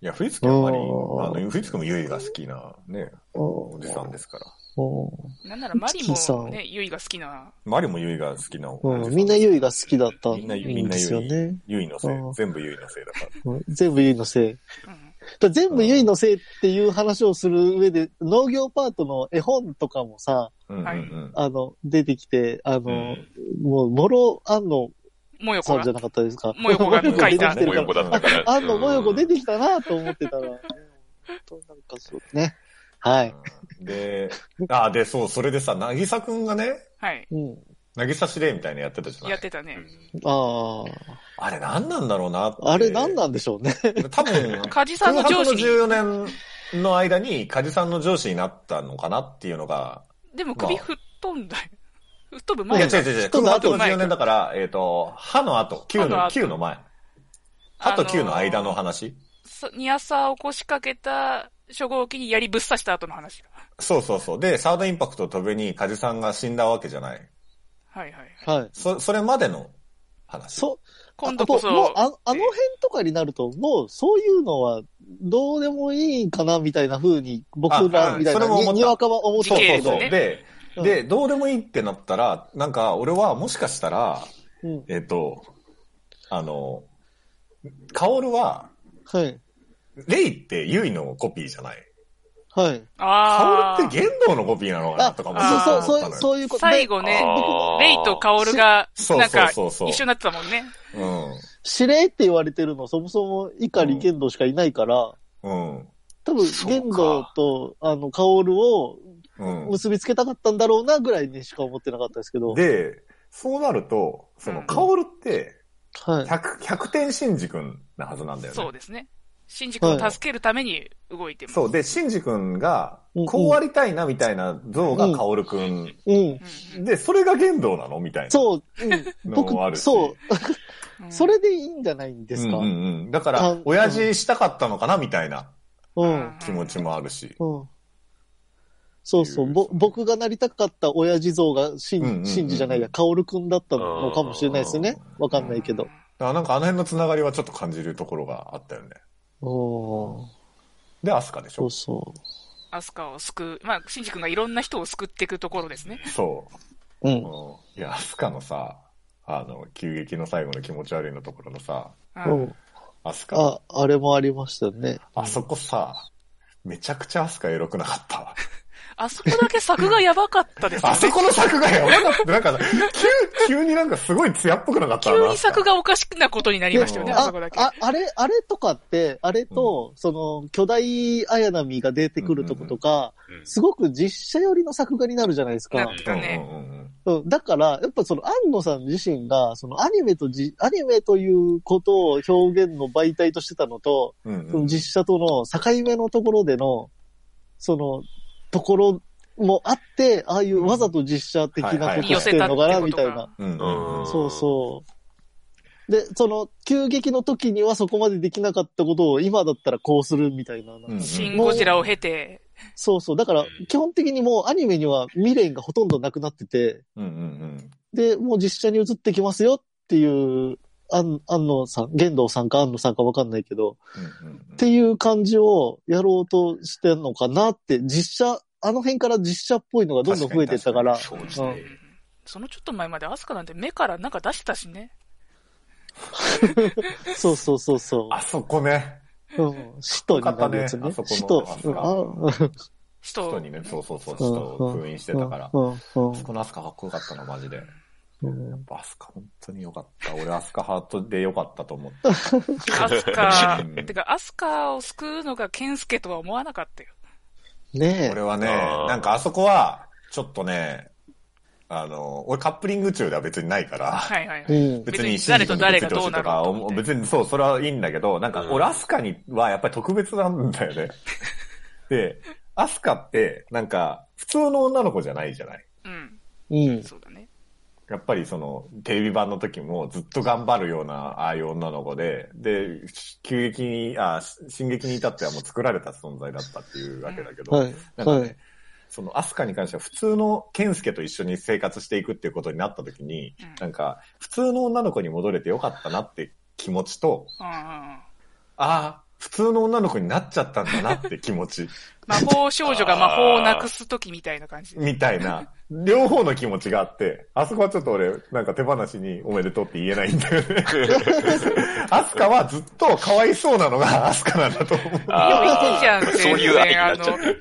いや、冬月はあまり、あ
うん
の、冬月もゆいが好きな、ね、
お
おじさんですから。
なんならマリ
月さん
もね、ゆいが好きな。
マリもゆいが好きなおじさ
うん、みんなユイが好きだった
みんなユイ
んですよ
みんな
ね。
ゆいのせい
うん。
全部ゆいのせいだから。
うん全部ユイのせい。
う
だ
ん
から全部ユイのせいっていう話をする上で、農業パートの絵本とかもさ、
うんうん
はい
うん。
あの、出てきて、あの、もう、もろ、安野
もよこ
さん
が
じゃ。なかったですか。
もよこが
もよ
書
出て
いた
きて
もよ
る
こ
か
だったから。
ら。安野もよこ出
て
てきたなと思ってたら、ね本当なんかそうね。はい。
で、あ、で、そう、それでさ、なぎさくんがね、
はい。
うん。
なぎさ司令みたいなのやってたじゃな
やっ
い
てたね。
あ
あれ何なんだろうなって。
あ、あれ何なんでしょうね。
多分、
梶さんの上司に、
空白の14年の間に、カジさんの上司になったのかなっていうのが、
でも首吹っ飛んだよ。吹っ飛ぶ
いや、
前
違う違う違う、
ちょっ
空
と
白
後
の14年だから、えっと、歯の後、9
歯の
の、
後
9の前。歯と9の間の話。
そに朝を腰掛けた初号機に槍ぶっ刺した後の話だ。
そうそうそう。で、サードインパクトとべにカジさんが死んだわけじゃない。
はいはいはい。
はい。
そ、それまでの話。
そ、
今度こ
あともう
そ、
あ、あの辺とかになると、もうそういうのはどうでもいいかなみたいな風に、僕
あ
ら
あ
みたい
それ
な
も思っ
に
た
にわかは思って
そうそうそう。
時系列ね
で、
うん
で、どうでもいいってなったら、なんか、俺はもしかしたら、
うん。
えっ、と、あの、カオルは、
はい。
レイってユイのコピーじゃない。
はい。
あ
カオル
ー
って言動のコピーなのかな
あ、
とかも
あー
そ
思
う、そ
っ
う、
た
そういうこと。
最
で、
後ね、
あー
レイとカオルが、
そう
なんか、
そうそうそう
一緒になってたもんね。
のよ。
指令って言われてるの、そもそも碇剣道しかいないから、
うん。
多分、
そうか
剣道と、あの、薫を
うん。う
結びつけたかったんだろうな、ぐらいにしか思ってなかったですけど。
ん。で、そうなると、その、
うん
カオルって、
はい。
100、100点シンジ君なはずなんだよね。
そうですね。シンジ君を助けるために動いてます。
そう。で、シンジ君が
うんうん、
こうありたいなみたいな像がカオル君。
うん。
うん
で、それが言動なのみたいな。
そう、う
の
ん、
もある
僕、
し
そう、
うん
それでいいんじゃないんですか。
う
う
うん
んん。
うん。だか
か
ら
ん、
親父したかったのかなみたいな
うん。
気持ちもあるし。
そうそう、ぼ、僕がなりたかった親父像が、し
うんうんうん
ん、しんじじゃないや、かおるくんだったのかもしれないですよね。わかんないけど。
だからなんかあの辺のつながりはちょっと感じるところがあったよね。
おー
で、アスカでし
そ
ょ
う。そ。
アスカを救う。まあ、シンジ君がいろんな人を救っていくところですね。
そう
う。
う。うんん。いや、アスカのさ、あの、急激の最後の気持ち悪いのところのさ、
うん
うん。
アスカ、
あ、あれもありましたね。
あそこさ、めちゃくちゃアスカエロくなか った。
あそこだけ作がやばかったですよ
あ
ね。
そこの作がやばかった。なんか、急、急になんかすごい艶っぽくなかったな。
急に作がおかしくなことになりましたよね、
で
あ
あ
そこだけ。
あ、あれ、あれとかって、あれと、その、巨大綾波が出てくるとことか、
うん
すごく実写寄りの作画になるじゃないですか。
なる
う
が
ん
ね
うんうんうん。
うん、だから、やっぱその、安野さん自身が、そのアニメとじ、アニメということを表現の媒体としてたのと、
うんうん
その実写との境目のところでの、その、ところもあって、ああいうわざと実写的なことしてるのか
はい
な、
はい
みたい
寄せたっ
な。
うんうんうん
うん
そうそう。で、その、急激の時にはそこまでできなかったことを今だったらこうするみたいな。
うん
シン・ゴジラを経て、
そうそう。だから、基本的にもうアニメには未練がほとんどなくなってて、
うんうん
で、もう実写に移ってきますよっていう、安安野さん、玄道さんか安野さんかわかんないけど、
うんうん
っていう感じをやろうとしてるのかなって、実写、あの辺から実写っぽいのがどんどん増えてったから、
そうですね。
そのちょっと前までアスカなんて目からなんか出してたしね。
そうそうそうそ
あそこね。
う。うん。使徒になるやつね
よかっ。たね
使徒
あ。
う
そ
ん
こ
あ
の
うん
人
人
を
にね、そうそうそう、人を封印してたから。
うんうん
あそこのアスカかっこよかったな、マジで。や
うん
っぱアスカ本当によかった。俺アスカハートでよかったと思って。
アス カ
うん、
てか、アスカを救うのがケンスケとは思わなかったよ。
ね
俺はね、
あー
なんかあそこは、ちょっとね、あの、俺カップリング中では別にないから、
はいはいは
え。
い。
うん。
別に
別に誰と誰がどう
信じて
なろうとみたいな
ほしいとか別にそう、それはいいんだけど、なんか
うん
俺アスカにはやっぱり特別なんだ よね。で、アスカって、なんか、普通の女の子じゃないじゃない。
うん。
うん。
そうだね。
やっぱりその、テレビ版の時もずっと頑張るような、ああいう女の子で、で、急激に、あ、進撃に至ってはもう作られた存在だったっていうわけだけど、
はい。
なんかね、
はい
そのアスカに関しては普通のケンスケと一緒に生活していくっていうことになった時に、
うん
なんか、普通の女の子に戻れてよかったなって気持ちと、
うんうんうん。
ああ、普通の女の子になっちゃったんだなって気持ち、
魔法少女が魔法をなくすときみたいな感 じ。
みたいな、両方の気持ちがあって、あそこはちょっと俺、なんか手放しにおめでとうって言えないんだよ ね。アスカはずっとかわいそうなのがアスカなんだと思う。
いいじ
あ
ゃん、
あ、
全
そう
然
いう愛にな
あ
っちゃ
の
う。、う
うん。だか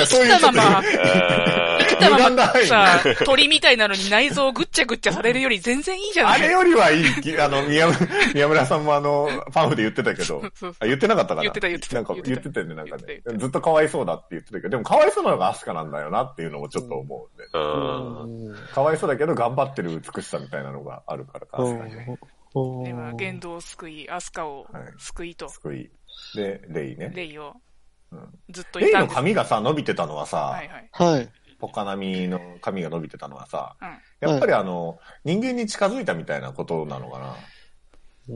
らそういう
生き
ちょっ
たま
と
ま、
ん
生きたま
歪んだ範
ま
囲
さ、鳥みたいなのに内臓をぐっちゃぐっちゃされるより全然いいじゃな
あ
い
れよりはいいき、あの、宮村宮村さんもあの、パンフで言ってたけど、
そう
あ、言ってなかったかな
言ってた言ってた
なんか言ってたよね、なんか
言ってた言
ね
ってた。
ずっとかわいそうだって言ってたけど、でもかわいそうなのがアスカなんだよなっていうのもちょっと思うんで。
うん
かわいそうだけど頑張ってる美しさみたいなのがあるからか、アスカには。
うん。
では、
うん
言動を救い、アスカを救いと、
すごい。で、レイね。
レイを
うん、
ずっと
レ
い
イ
たん
の
です。
髪がさ、伸びてたのはさ
はい、はい。
はい。
ポカナミの髪が伸びてたのはさ、
うん。
やっぱりあの、人間に近づいたみたいなことなのかな。
う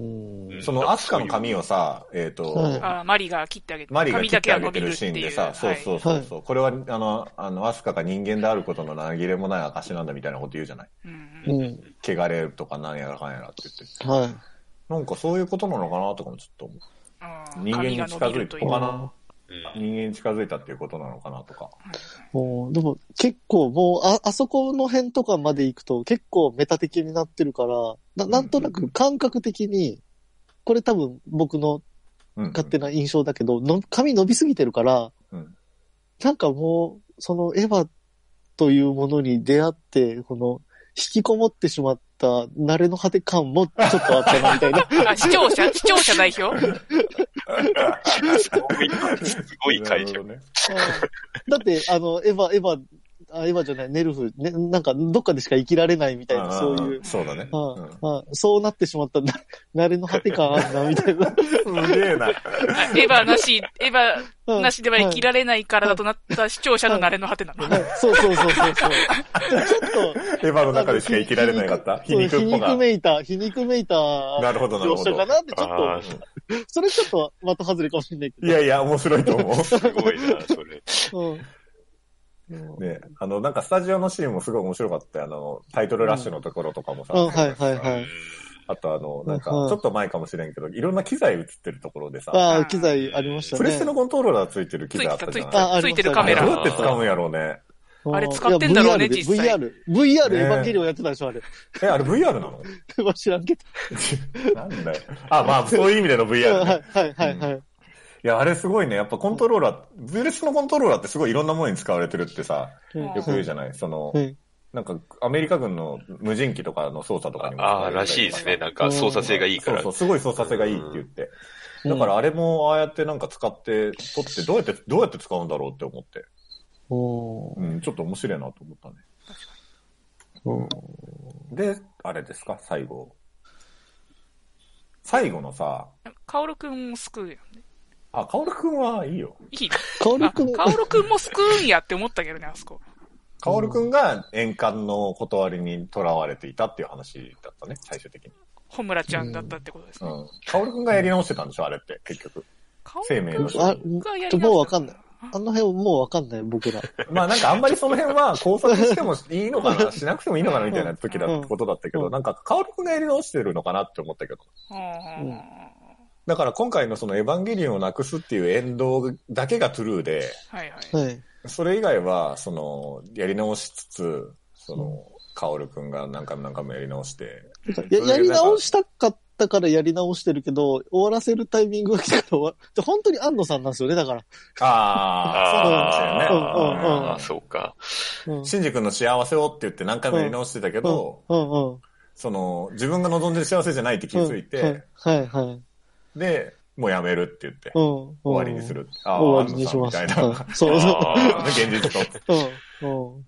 ん
そのアスカの髪をさ、えっ
はい
と、
あマリが切ってあげて、
マリが
髪
切っ
だ
て
け
あ
は
げ
伸
て
びる
る
っ
シ
て
ーン
い
で
う。。
さ、そうそううそうそう。これは、あの、あの、アスカが人間であることの何切れもない証なんだみたいなこと言うじゃない
うんうん
うん。
汚れとかなんやらかんやらって言って。
はい。
なんかそういうことなのかなとかもちょっと思う。
あー
人間
髪
に
が
近
伸び
づ
る
い
と
た、
いう。
他の
うん
人間に近づいたっていうことなのかなとか。
もう、でも結構もう、あ、あそこの辺とかまで行くと結構メタ的になってるから、ななんとなく感覚的に、これ多分僕の
うん。
勝手な印象だけど、の髪伸びすぎてるから、
うん
なんかもう、そのエヴァというものに出会って、この、引きこもってしまった慣れの果て感もちょっとあったな、みたい な。
あ、視 聴者視聴者代表
すごい、 すごい会
な
社
る。ほどね。
だって、あの、エヴァ、エヴァ、あエヴァじゃない、ネルフ、ね、なんか、どっかでしか生きられないみたいな、そういう
あー。そうだね。
ああそうなってしまったな、 慣れの果て感あるな、みたい な。
うんすげえな。
あエヴァなし、エヴ
う
ァ
ん
なしでは生きられない体となった視聴者の慣れの果てなの。
はいそうそうそうそう そう。ちょっと、
エヴァの中でしか生きられなかった皮
そう
肉っぽ
皮肉
が。
めいた、皮肉めいた
なるほど、なる
描
ほ
写
ど。
かなって、ち
あ
ょ
あ
っ、と、それちょっとまた外れかもしれないけど。
いやいや、面白いと思
すごいな、それ。
うん。
う。ね、あの、なんかスタジオのシーンもすごい面白かったよあの、タイトルラッシュのところとかもさ。
うん、はいはいはい。
あとあの、なんか、ち
うん
ょっと前かもしれんけど、いろんな機材映ってるところでさ、
ああ、機材ありましたね。
プレステのコントローラーついてる機材あったじゃない
あありました
ついてるカメ
どう
ラ。
やって使うんやろうね。
う
あれ使ってんだろうね
いや VR で
実際
VR。VR
ね
エヴァンゲリオンやってたでしょ、あれ。
え、あれ VR なの
わ知らんけど。
なんだよ。あ、まあ、そういう意味での
うん
VR
は
ね
い。はいはいはい。
いや、あれすごいね。やっぱコントローラー、プレステのコントローラーってすごいいろんなものに使われてるってさ、
うん
よ
よく言うじゃないその
う、ん
なんか、アメリカ軍の無人機とかの操作とかにも使
あ
わ
あ、
れてた
ら
りとか
しいですね。なんか操作性がいいか
そ
ら。
うそう、すごい操作性がいいって言って。
うん
だからあれもああやってなんか使って、撮って、どうやって、どうやって使うんだろうって思って。
おー
うん、ちょっと面白いなと思ったね。
うん
で、あれですか、最後。最後のさ、
カオルくんを救うやんね。
あ、カオルくんはいいよ。
いい
カオル
な。あ
くん、
カオルくんも救うんやって思ったけどね、あそこ。
カオルくんが円環の断りに囚われていたっていう話だったね、最終的に。
ホムラちゃんだったってことです
う
ね。
ん。カオルくんがやり直してたんでしょ、あれって、結局。
カオ
生命
ルくん
の
が
人
あ、
やり直
ちょ
した
もうわかんない。あの辺もうわかんない、僕ら。
まあなんかあんまりその辺は考察してもいいのかな、しなくてもいいのかなみたいな時だってことだったけ
う
ど、
ん
なんかカオルくんがやり直してるのかなって思ったけど。
うん
うん
だから今回のそのエヴァンゲリオンをなくすっていうエンドだけがトゥルーで、
はいはい。
はい。
それ以外は、その、やり直しつつ、その、カオルくんが何回も何回もやり直して、
ややり直したかったからやり直してるけど、終わらせるタイミングが来たから終わで本当に安野さんなんですよね、だから。
ああ、そうかもしれんね。
ああ、そうか。
うん。
シンジ君の幸せをって言って何回もやり直してたけど、
うんうん。
その、自分が望んでる幸せじゃないって気づいて、
うんはいはい。
で、もうやめるって言って、
うん。
終わりにす。る。ああ
終わりにします。
安野さんみたい
うん そうそう。
あ
な。
あ
現実と。
うん。うん。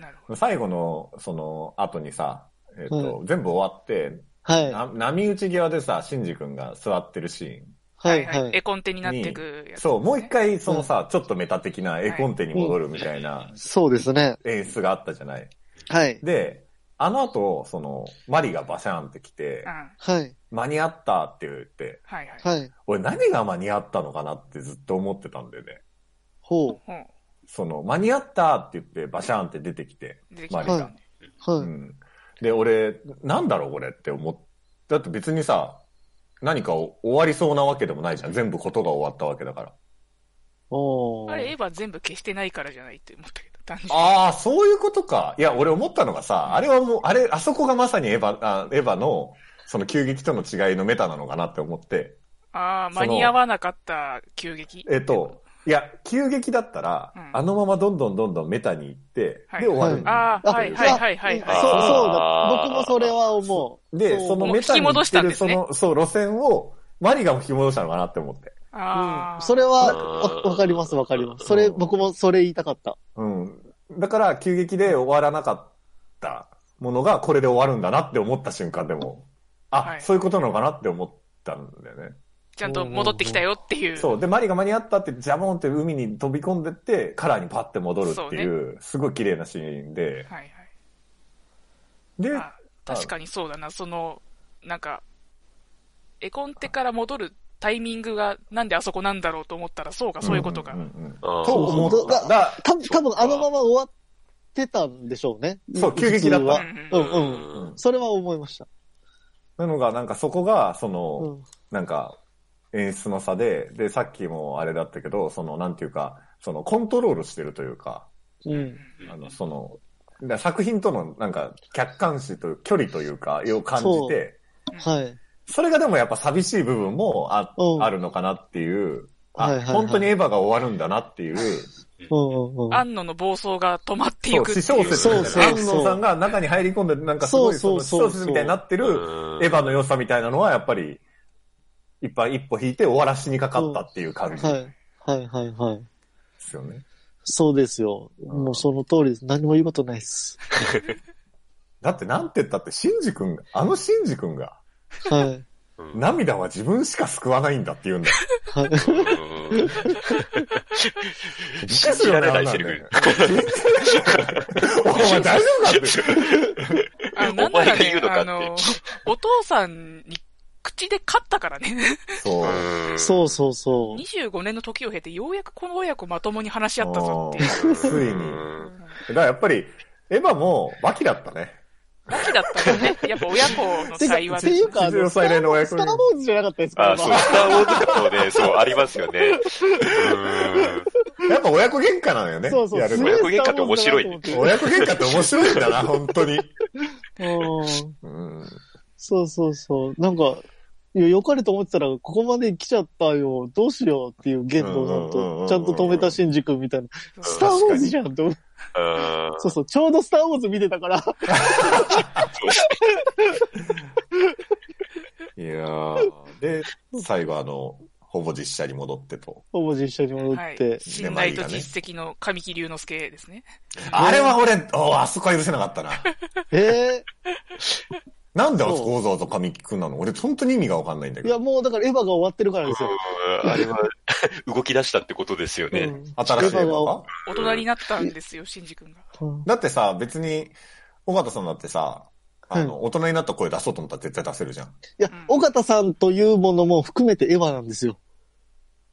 なる ほ
最後の、その、後にさ、えっ、と、全部終わって、
はい。
な波打ち際でさ、シンジ君が座ってるシーン。
ど。
はいは
絵
い。
コンテになっていくやつ。
そう、もう一回そのさ、ちょっとメタ的な絵コンテに戻るみたいな
そうですね。
演出があったじゃない。
はい。
で、あの後、その、マリがバシャーンって来て
うん。、はい
はい。
間に合ったって言って、
はい。
はい。
俺何が間に合ったのかなってずっと思ってたんだよね。
ほ
うん
その、間に合ったって言ってバシャーンって出てきて、
出てきた
マ
ね。
リが。
う。
う
はい。
ん。で、俺、なんだろうこれって思っ、だって別にさ、何かを終わりそうなわけでもないじゃん。全部ことが終わったわけだから。
おー
あれ、エヴァ全部消してないからじゃないって思ったけど、単純に。
ああ、そういうことか。いや、俺思ったのがさ、あれはもう、あれ、あそこがまさにエヴァ、あエヴァの、その急激との違いのメタなのかなって思って、
ああ、
その
間に合わなかった急激。
えっと、いや、急激だったら、
うん
あのままどんどんどんどんメタに行って、
はい
で、終わるんだよ、
ああ、はいはいはいはい
そう、そう
は
だ。僕もそれは思う。
で、
う
そのメタに行ってる、そ
も
の、そう、路線を、マリが引き戻したのかなって思って。
い。
う
あ
ん
あ。
それは、わ
うん
わかります、わかります。それ、僕もそれ言いたかった。
うん。だから、急激で終わらなかったものが、これで終わるんだなって思った瞬間でも、あ、
はい
そういうことなのかなって思ったんだよね。
ちゃんと戻ってきたよっていう。
そう。で、マリが間に合ったって、ジャボンって海に飛び込んでって、カラーにパッて戻るっていう、すごい綺麗なシーンで。
はいはい。
で、
あ確かにそうだな、その、なんか、絵コンテから戻るタイミングが、なんであそこなんだろうと思ったら、そうか、そういうことが。
んんうん
ああ
と思っ
そうそう
た。だ
た多分あのまま終わってたんでしょうね。
そう急激だった
普通は
うん
う
うん
んうん。それは思いました。
なのが、なんかそこが、その、
うん。
なんか、演出の差で、で、さっきもあれだったけど、その、なんていうか、その、コントロールしてるというか、
うん。
あの、その、だ作品との、なんか、客観視という、距離というか、を感じて、
はい。
それがでもやっぱ寂しい部分もあ,、
うん
あるのかなっていう、あ、
はいはいはい
本当にエヴァが終わるんだなっていう、
うんうんうん。
安野の暴走が止まってい
そう、
くって
私
い
小
う。
説みたいな。
そうそうそう
安野さんが中に入り込んで、なんかすごいそ
そ
の
う
小
そうそうそう
説みたいになってる
うん
エヴァの良さみたいなのはやっぱり、いっぱい一歩引いて終わらしにかかったっていう感じ
は
で
い。はいはいはい。
すよね。
そうですよ。
ん
もうその通りです。何も言うことないです。
だってなんて言ったって、シンジ君が、あのシンジ君が、
はい。
うん
涙は自分しか救わないんだって言うんだよ。
はい。
うん信じられないセリフ。
お前大丈夫かって。
あなん
お前
なら
が
ね
言うのか
あ
って
の、お父さんに口で勝ったからね。
そう。
そうそうそう。
25年の時を経て、ようやくこの親子まともに話し合ったぞっていう。
うんついに。
うん
だからやっぱり、エヴァも、バキだったね。
ガキだったよね。やっぱ親子の
てか
対 話
って
で
い
す
う
ね。
か、あの
14歳例の親子
ス
に
ターウォーズじゃなかったですか
あ、そう、スターウォーズ感もね、そう、ありますよね。うん
やっぱ親子喧嘩なのよね。
そうそう。
やるの
親子喧嘩って面白いね
親子喧嘩って面白いんだな、本当に。
うん
うん。
そうそうそう。なんか、いや、良かれと思ってたら、ここまで来ちゃったよ、どうしようっていう言動さん
うんうんうんうんう
と
ん、
ちゃんと止めたシンジ君みたいな。
うん
スターウォーズじゃんと思って。
うん
そうそう、ちょうどスターウォーズ見てたから。
いやー。で、最後あの、ほぼ実写に戻ってと。
ほぼ実写に戻
は
って。
い。信頼と実績の神木隆之介ですね。
あれは俺、おーあそこは許せなかったな。
え
なんであそこわざわざ神木くんなの俺、本当に意味がわかんないんだ
え
け
いや、
ど。
もうだからエヴァが終わってるからですよ。
あれは、 動き出したってことですよ
う
ね。
新
ん
しいエヴ
エ
ァ
ヴ
が
大人になったんですよ、シンジ君が。
ァが
だってさ、別に、尾形さんだってさ、あ
は
の、大人になった声出そうと思ったら絶対出せるじゃん。
いや、尾形さんというものも含めてエヴァなんですよ。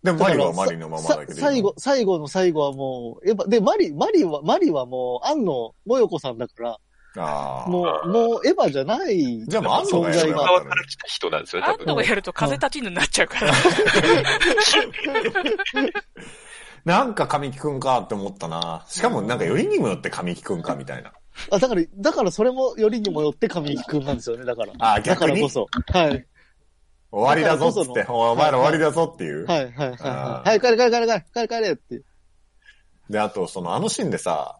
でも、マリはマ
さ
リのままだけど。
さ最後、最後の最後はもう、エヴァ、で、マリ、マリは、マリはもう、安野もよこさんだから、
今。ああ。
もう、もうエヴァじゃない。
じゃあもう、あんの
存
が
在
やるよ
外
が
側から来た人なんですよね、
あ
多
んのが
分。
やると風立ちぬになっちゃうから。
なんか神木くんかって思ったな。しかもなんかよりにもよって神木くんかみたいな。
あ、だから、だからそれもよりにもよって神木くんなんですよね、だから。
あ
だ
逆
から
に
こそ。はい。
終わりだぞっつっ
だ
て、
か
おお前ら終わりだぞっていう。
はい、はい、はい
あ
は
ー
い。はい、帰れ、帰れ、帰れ、帰れ、帰れ、帰れって。
で、あと、そのあのシーンでさ、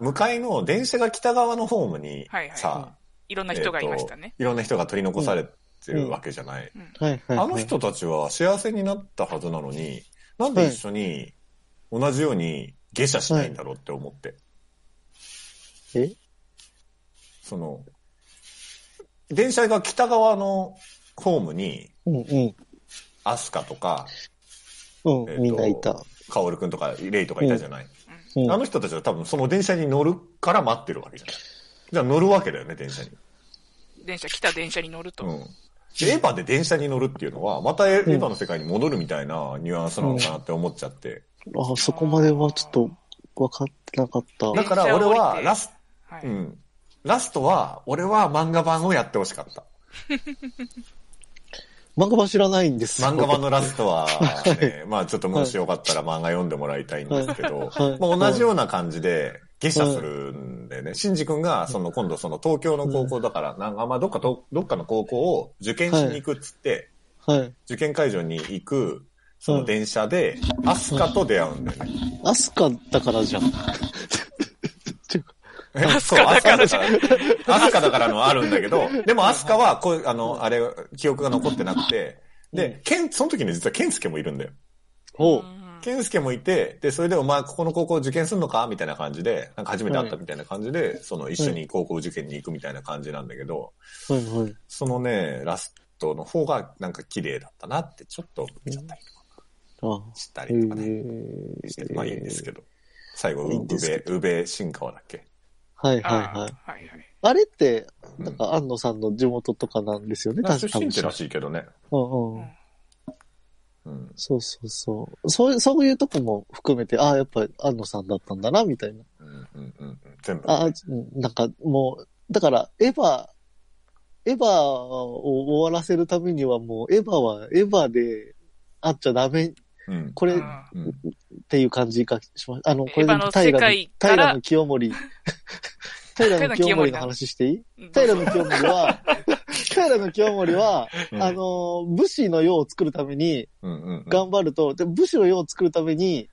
向かいの電車が北側のホームに
はいはい
さ、
いろんな人がいました
え
ね。
ーといろんな人が取り残されてるわけじゃない。
はい、はい。
あの人たちは幸せになったはずなのに、なんで一緒に同じように下車しないんだろうって思って。
え
その、電車が北側のホームに、
うん、うん。
アスカとか、
うん、
えーと
みんないた。
カオルくんとか、レイとかいたじゃない。
うん
あの人たちは多分その電車に乗るから待ってるわけじゃない。じゃあ乗るわけだよね、電車に。
電車、来た電車に乗ると。
うん。でエヴァで電車に乗るっていうのは、またエヴァの世界に戻るみたいなニュアンスなのかなって思っちゃって。
あ、そこまではちょっと分かってなかった。
だから俺
電車を降り
は
て
ラス、。
はいう
ん。ラストは、俺は漫画版をやってほしかった。
漫画版知らないんですよ。
漫画版のラスト は、ね、まあちょっともしよかったら漫画読んでもらいたいんですけど、
はい
まあ同じような感じで下車するんでね、シンジ君がその今度その東京の高校だから、なんかまあどっかとどっかの高校を受験しに行くっつって、
はい。
受験会場に行く、その電車で、アスカと出会うんだよね。
アスカだからじゃん。
えそう、アスカだから。 アスカだからのあるんだけど、でもアスカは、こう、あの、あれ、記憶が残ってなくて、で、ケン、その時に実はケンスケもいるんだよ。
ほう。
ケンスケもいて、で、それでお前ここの高校受験すんのかみたいな感じで、なんか初めて会ったみたいな感じで、その一緒に高校受験に行くみたいな感じなんだけど、
はい、はい。
そのね、ラストの方がなんか綺麗だったなって、ちょっと見ちゃったりとか
あ、
した
え
りとかね、
ー
して、まあいいんですけど。最後、
いいん
ウ
ですけ
ベ、ウベ新川だっけ
はい、
あ
は
ー
い、はい。
はいはい。
あれって、
うん
なんか、安野さんの地元とかなんですよね、
出
確か
身
に。
地らしいけどね。
うんう
うん
ん。
うん。
そうそうそう。そういう、そういうとこも含めて、ああ、やっぱり安野さんだったんだな、みたいな。
うんうんうんうん。全部。
ああ、うんなんかもう、だから、エヴァ、エヴァを終わらせるためにはもう、エヴァはエヴァであっちゃダメ、
うん。
これ
う
っ
ん
うん
ていう感じがします。あの、こ
エ
れ
ヴァ
で
の世
平
界
の、
から
平 の清盛。平の清盛の話していい平の清盛は、カエラの清盛は、
うん
あの、武士の世を作るために
うんうんうん。
頑張ると、で、武士の世を作るために、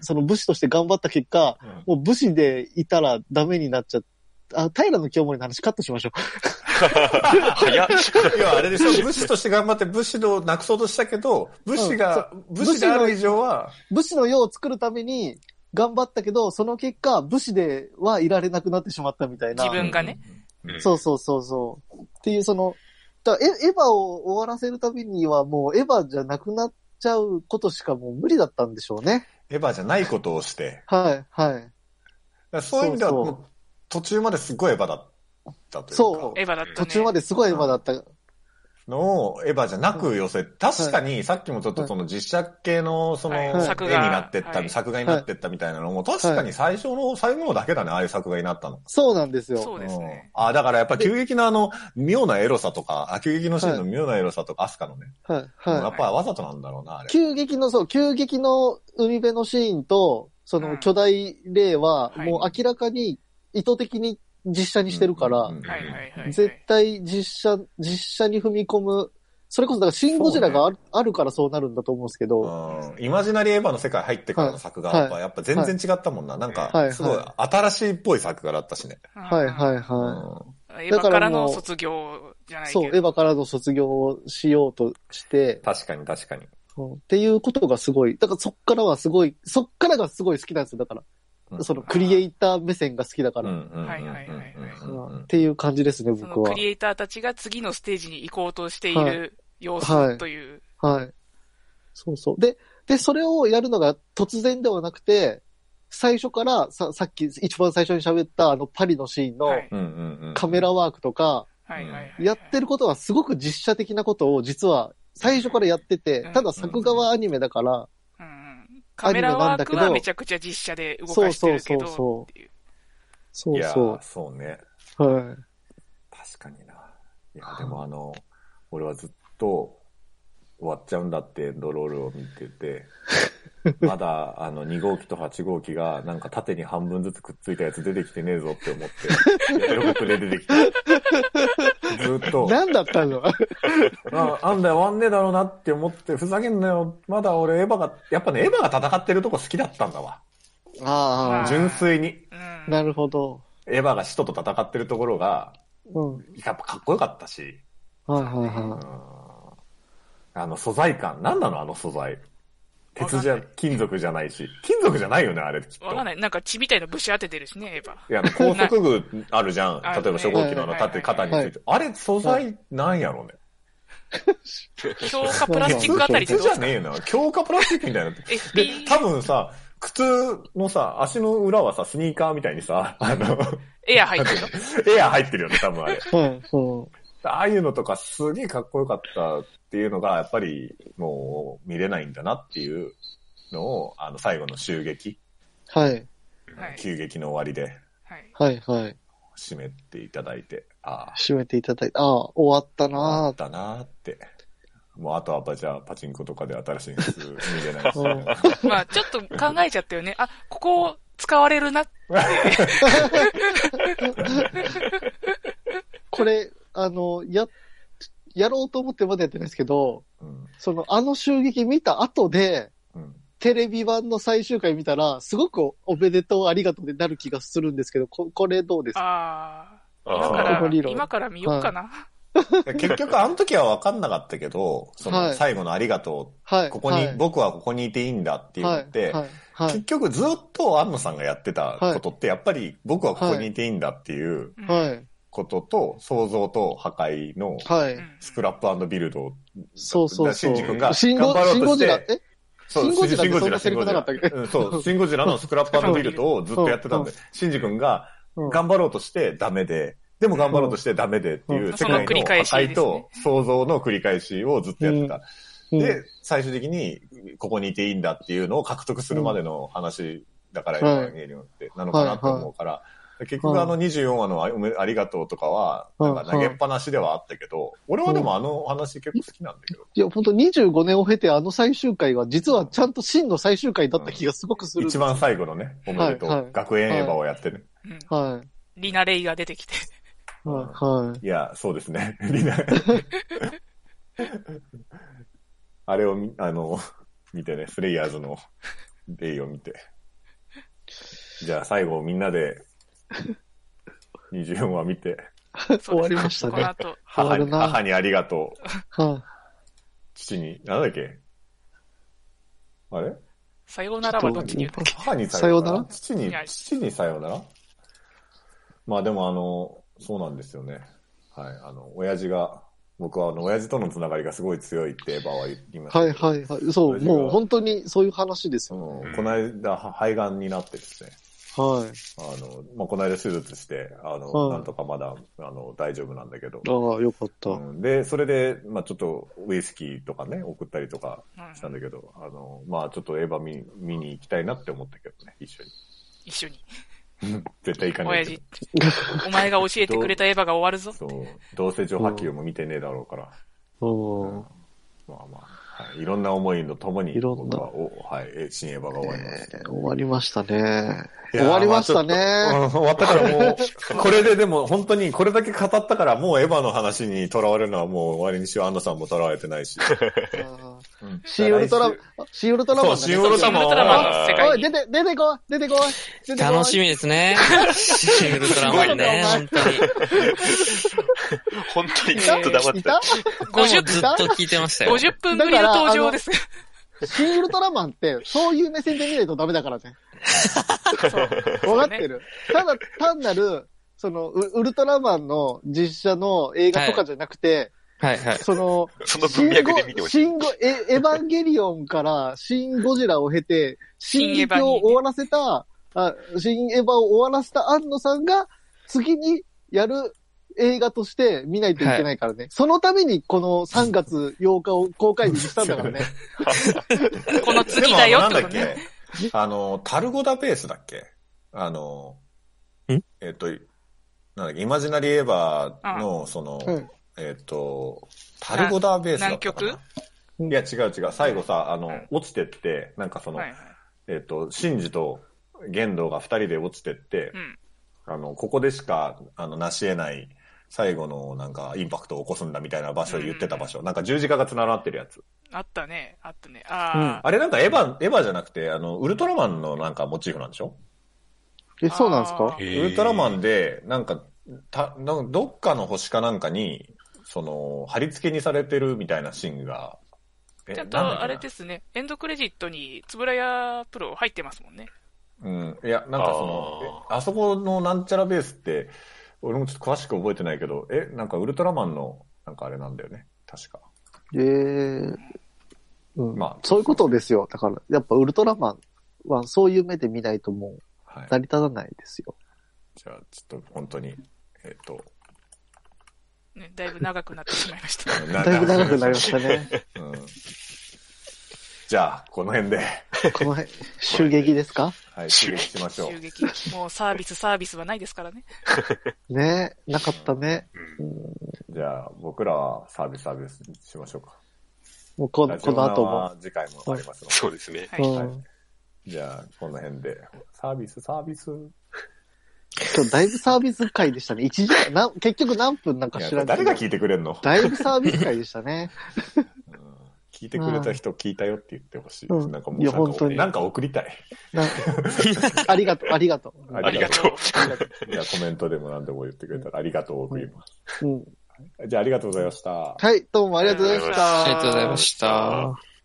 その武士として頑張った結果、もう武士でいたらダメになっちゃった。あ、平の清盛の話カットしましょ
早っ。
いや、あれでしょ、武士として頑張って武士道をなくそうとしたけど、武士が、武士である以上は、
う。武士の世を作るために頑張ったけど、その結果、武士ではいられなくなってしまったみたいな。
自分がね。
うん
そうそうそうそう。っていうその、だからエエヴァを終わらせるためにはもうエヴァじゃなくなっちゃうことしかもう無理だったんでしょうね。
エヴァじゃないことをして、
はい、はい。
だからそういう意味では、
そう
も
そう
う途中まですごいエヴァだったというか、
そう
エヴァだったね。
途中まですごいエヴァだった。
のをエヴァじゃなく寄せ、確かにさっきもちょっとその実写系のその
はい
絵に
はい
作画
なってった、
はい
作画になってったみたいなのも、確かに最初の最後のだけだね、ああいう作画になったの。
そうなんですよ。
そうですね。
うんあ、だからやっぱ急激なあの、妙なエロさとか、あ急激のシーンの妙なエロさとか、アスカのね、
はい、
や
は
っぱわざとなんだろうな、あ
い。
れ。
急激の、そう、急激の海辺のシーンと、そ
うん
の巨大霊は、
はい
もう明らかに意図的に実写にしてるから、
うんうんうん
はいはいはいはい。
絶対実写、実写に踏み込む、それこそ、だから、シン・ゴジラがある,、あるからそうなるんだと思うんですけど、
うんイマジナリーエヴァの世界入ってからの作画は
は
やっぱ全然違ったもんな。なん
は
か、
い
すごい新しいっぽい作画だったしね。
はいはい
うん
は。
エヴァからの卒業じゃないい
そう、
け
エ
ど。
ヴァからの卒業をしようとして、
確かに確かに。
うんっていうことがすごい、だからそっからはすごい、そっからがすごい好きなんですよ、だから。
うん
そのクリエイター目線が好きだか
うん
ら。
うんうんうんうん
はいはいはいはい
うんっていう感じですね、
そ
僕
の
は
ク。リエイターたちが次のステージに行こうとしてい
は
る様子という。
はい。そうそう。で、で、それをやるのが突然ではなくて、最初からさ、さっき一番最初に喋ったあのパリのシーンの
はい
うんうんうん
カメラワークとか、
はいはいはい。
やってることはすごく実写的なことを実は最初からやってて
うん、
ただ作画はアニメだから、
うんうんカメラワークはめちゃくちゃ実写で動
そ
か
う
して
そ
る
う
け
そ
ど
うそ
っていう
う。
い
そう
や
そ
ー、そうね。
う。はい。
確かにな。いや、でもあの、俺はずっと終わっちゃうんだってドロールを見てて、まだあの2号機と8号機がなんか縦に半分ずつくっついたやつ出てきてねえぞって思って、予告で出てきて。ずっと、
何だったの
ああんだよ、終わんねえだろうなって思って、ふざけんなよ。まだ俺エヴァが、やっぱね、エヴァが戦ってるとこ好きだったんだわ。
あ
純粋に。
うん
あ、なるほど。
エヴァが使徒と戦ってるところが、
うん。
やっぱかっこよかったし。
はいはい
うん
は
あの素材感。なんなのあの素材。鉄じ
わ
ゃ
かんな、
金属じゃないし。金属じゃないよね、あれきっと。
わかんない。なんか血みたいな武士当ててるしね、エヴァ。
いや、高速具あるじゃん。
あるね
例えば初号機のあの
はいはいは
縦、
い
肩について。あれ、素材なんやろうね。
強化プラスチックあたりって
鉄じ
どうで
ゃ
すか
ねえな。強化プラスチックみたいになって。で
?FP、、
多分さ、靴のさ、足の裏はさ、スニーカーみたいにさ、あの、
エア入ってるの
エア入ってるよね、多分あれ。
い。はい、そ
ああいうのとかすげえかっこよかったっていうのが、やっぱりもう見れないんだなっていうのを、あの最後の襲撃、
う。はい、
はい
急激の終わりで
はい。
はい、はい。
締めていただいて、ああ、
締めていただいて、ああ、終わった
あ
な
ったなーって。もうあとはやっぱじゃあパチンコとかで新しいやつ見れないし。
うん
まあ、ちょっと考えちゃったよね。あ、ここ使われるな。
これ、あの、や、やろうと思ってまだやってないですけど、
うん
その、あの襲撃見た後で、
うん
テレビ版の最終回見たら、すごくおおめでとう、ありがとうになる気がするんですけど、ここれどうですか
ああ。
あ
今
ー
か
ここ
ら、
理論
今から見ようかな。
結局あの時は分かんなかったけど、そ
は
の
い
最後のありがと
は
う、
い。
ここに、
はい、
僕はここにいていいんだって言って、
はい、はい、
結局ずっと安野さんがやってたことって、やっぱり僕はここにいていいんだっていう
うん
はい、
ことと、創造と破壊の
はい。
うん
スクラップビルド。
そうそう
シ
そう。
ンジ君が
シンゴ
頑張ろうとして
シンゴジ
そ
ラ、え
う
シンゴ
シン
ジラでそんなセリフなかったっけ
うんそう、シンゴジラのスクラップビルドをずっとやってたんで、シンジ君が
うん
頑張ろうとしてダメで、でも頑張ろうとしてダメでっていううん世界の
その繰り
破
返しですね
壊と創造の繰り返しをずっとやってた。
うん
で、最終的にここにいていいんだっていうのを獲得するまでの話だから、エ
うん
ヴァンゲリオンってなのかなと思うから、結局あの24話のあおめありがとうとかは、なんか投げっぱなしではあったけど、俺はでもあの話結構好きなんだけど、
いや、本当25年を経てあの最終回は、実はちゃんと真の最終回だった気がすごくする。
一番最後のね、おめでとう、
はいはい
学園エヴァをやってる。
うん
はい。
リナ・レイが出てきて。
はい。
いや、そうですね。 リナあれをみ、あの、見てね、スレイヤーズの例を見て。じゃあ最後みんなで24話見て、
そう
終わりましたね
この後、
終わ
母
る
に
な
母にありがとう、
は
父に、なんだっけあれ
さようならはどっちに言うんだっけ
母に
さようなら
父に
いや、
父にさようならまあでもあの、そうなんですよね。はい、あの、親父が、僕はあの、親父とのつながりがすごい強いってエヴァは言いました
い。は
け
い、
ど。
はい、はい。そう、もう本当にそういう話です
そ
よ。
のこの間、は肺がんになってですね、
はい。
あの、まあ、この間手術して、あの、
はい
なんとかまだ、あの、大丈夫なんだけど、
ああ、よかった。
うんで、それで、まあ、ちょっと、ウイスキーとかね、送ったりとかした
うん
んだけど、あの、まあ、ちょっとエヴァ見見に行きたいなって思ったけどね、一緒 に。
一緒に。
絶対行かない
親
けど
父。、お前が教えてくれたエヴァが終わるぞ。
そう。どうせ上波球も見てねえだろうから。
うん。
まあまあ、はい。いろんな思いのともに、
いろん
僕
な
は、お、はい、え新エヴァが終わります。
えー終わりました
い
ね。終
やー
わりました
う
ね。
ん終わったからもう、これででも本当にこれだけ語ったからもうエヴァの話にとらわれるのはもう終わりにしよう。アンナさんもとらわれてないし。
あーシーウルトラ
来週、
シーウルトラマンだね。
そうシーウルトラマン
シーウルトラマンの世界
おい、
に
出て、出てこい出てこい出てこい
楽しみですね。シングルトラマンね、
すご
本
い
当に。
本当にずっと黙って
い
た
た。
50ずっと聞いてましたよ。
50分ぶりの登場です。
シーウルトラマンって、そういう目線で見ないとダメだからね。
そう
わかってる。ただ、単なる、その、ウウルトラマンの実写の映画とかじゃなくて、
はいはい。
その、
その文脈で見てほしい。
シンゴ、シンゴエエヴァンゲリオンからシン・ゴジラを経て、
シ
新
ン
劇
エヴァに
を終わらせた、あ新エヴァを終わらせた安野さんが、次にやる映画として見ないといけないからね。そのためにこの3月8日を公開日にしたん だからね。
この次だよってこと
でもあのなん
ね。
だっけあの、タルゴダベースだっけあの、
ん
えっと、なんだっけ、イマジナリーエヴァの、その、
うん
えっと、タルゴダベースだったかな
南
いや、違う違う。最後さ、あの、落ちてって、なんかその、
はい。
えっと、シンジと玄道が二人で落ちてって
う、ん。
あの、ここでしか、あの、成し得ない、最後の、なんか、インパクトを起こすんだみたいな場所を言ってた場所。なんか十字架が繋がってるやつ。
あったね。あったね。ああ。
あれなんかエヴァ、エヴァじゃなくて、あの、ウルトラマンのなんかモチーフなんでしょ
え、そうなんですか
あ
ウルトラマンで、なんか、た、なんかどっかの星かなんかに、その、貼り付けにされてるみたいなシーンが、え
ちゃ
な
ん
んだっけ
と、
な
あれですね。エンドクレジットに、つぶらやプロ入ってますもんね。
うん。いや、なんかその、えあそこのなんちゃらベースって、俺もちょっと詳しく覚えてないけど、え、なんかウルトラマンの、なんかあれなんだよね。確か。
えーうん
まあ
そういうことですよ。だから、やっぱウルトラマンはそういう目で見ないともう
はい。
成り立たないですよ。
じゃあ、ちょっと本当に、えっ、と、
ねだいぶ長くなってしまいました。
だ
だいぶ長くなりましたね。
た。うん。じゃあ、この辺で、
この辺、襲撃ですか
はい、終了しましょう
襲。撃。もうサービス、サービスはないですからね。
ねなかったね。
じゃあ、僕らはサービスサービスしましょうか。
もうこ
ラジ
こ
オ
の後
ナ
も。
は次回もありますので。
そうですね。
は
うん。
い。
じゃあ、この辺で、サービス、サービス。
今日だいぶサービス回でしたね。1時間、な結局何分なんか
いや
知らない。
誰が聞いてくれんの
だいぶサービス回でしたね。
聞いてくれた人聞いたよって言ってほしい。
うん
なんかもう
いや
なんか
本当に
なんか送りたい。
なありがとう、ありがとう。
あ
ありがとう。
いや、コメントでも何でも言ってくれたらありがとうを送ります。
うん
じゃあありがとうございました。
はい、どうもありがとうございました。
ありがとうございました。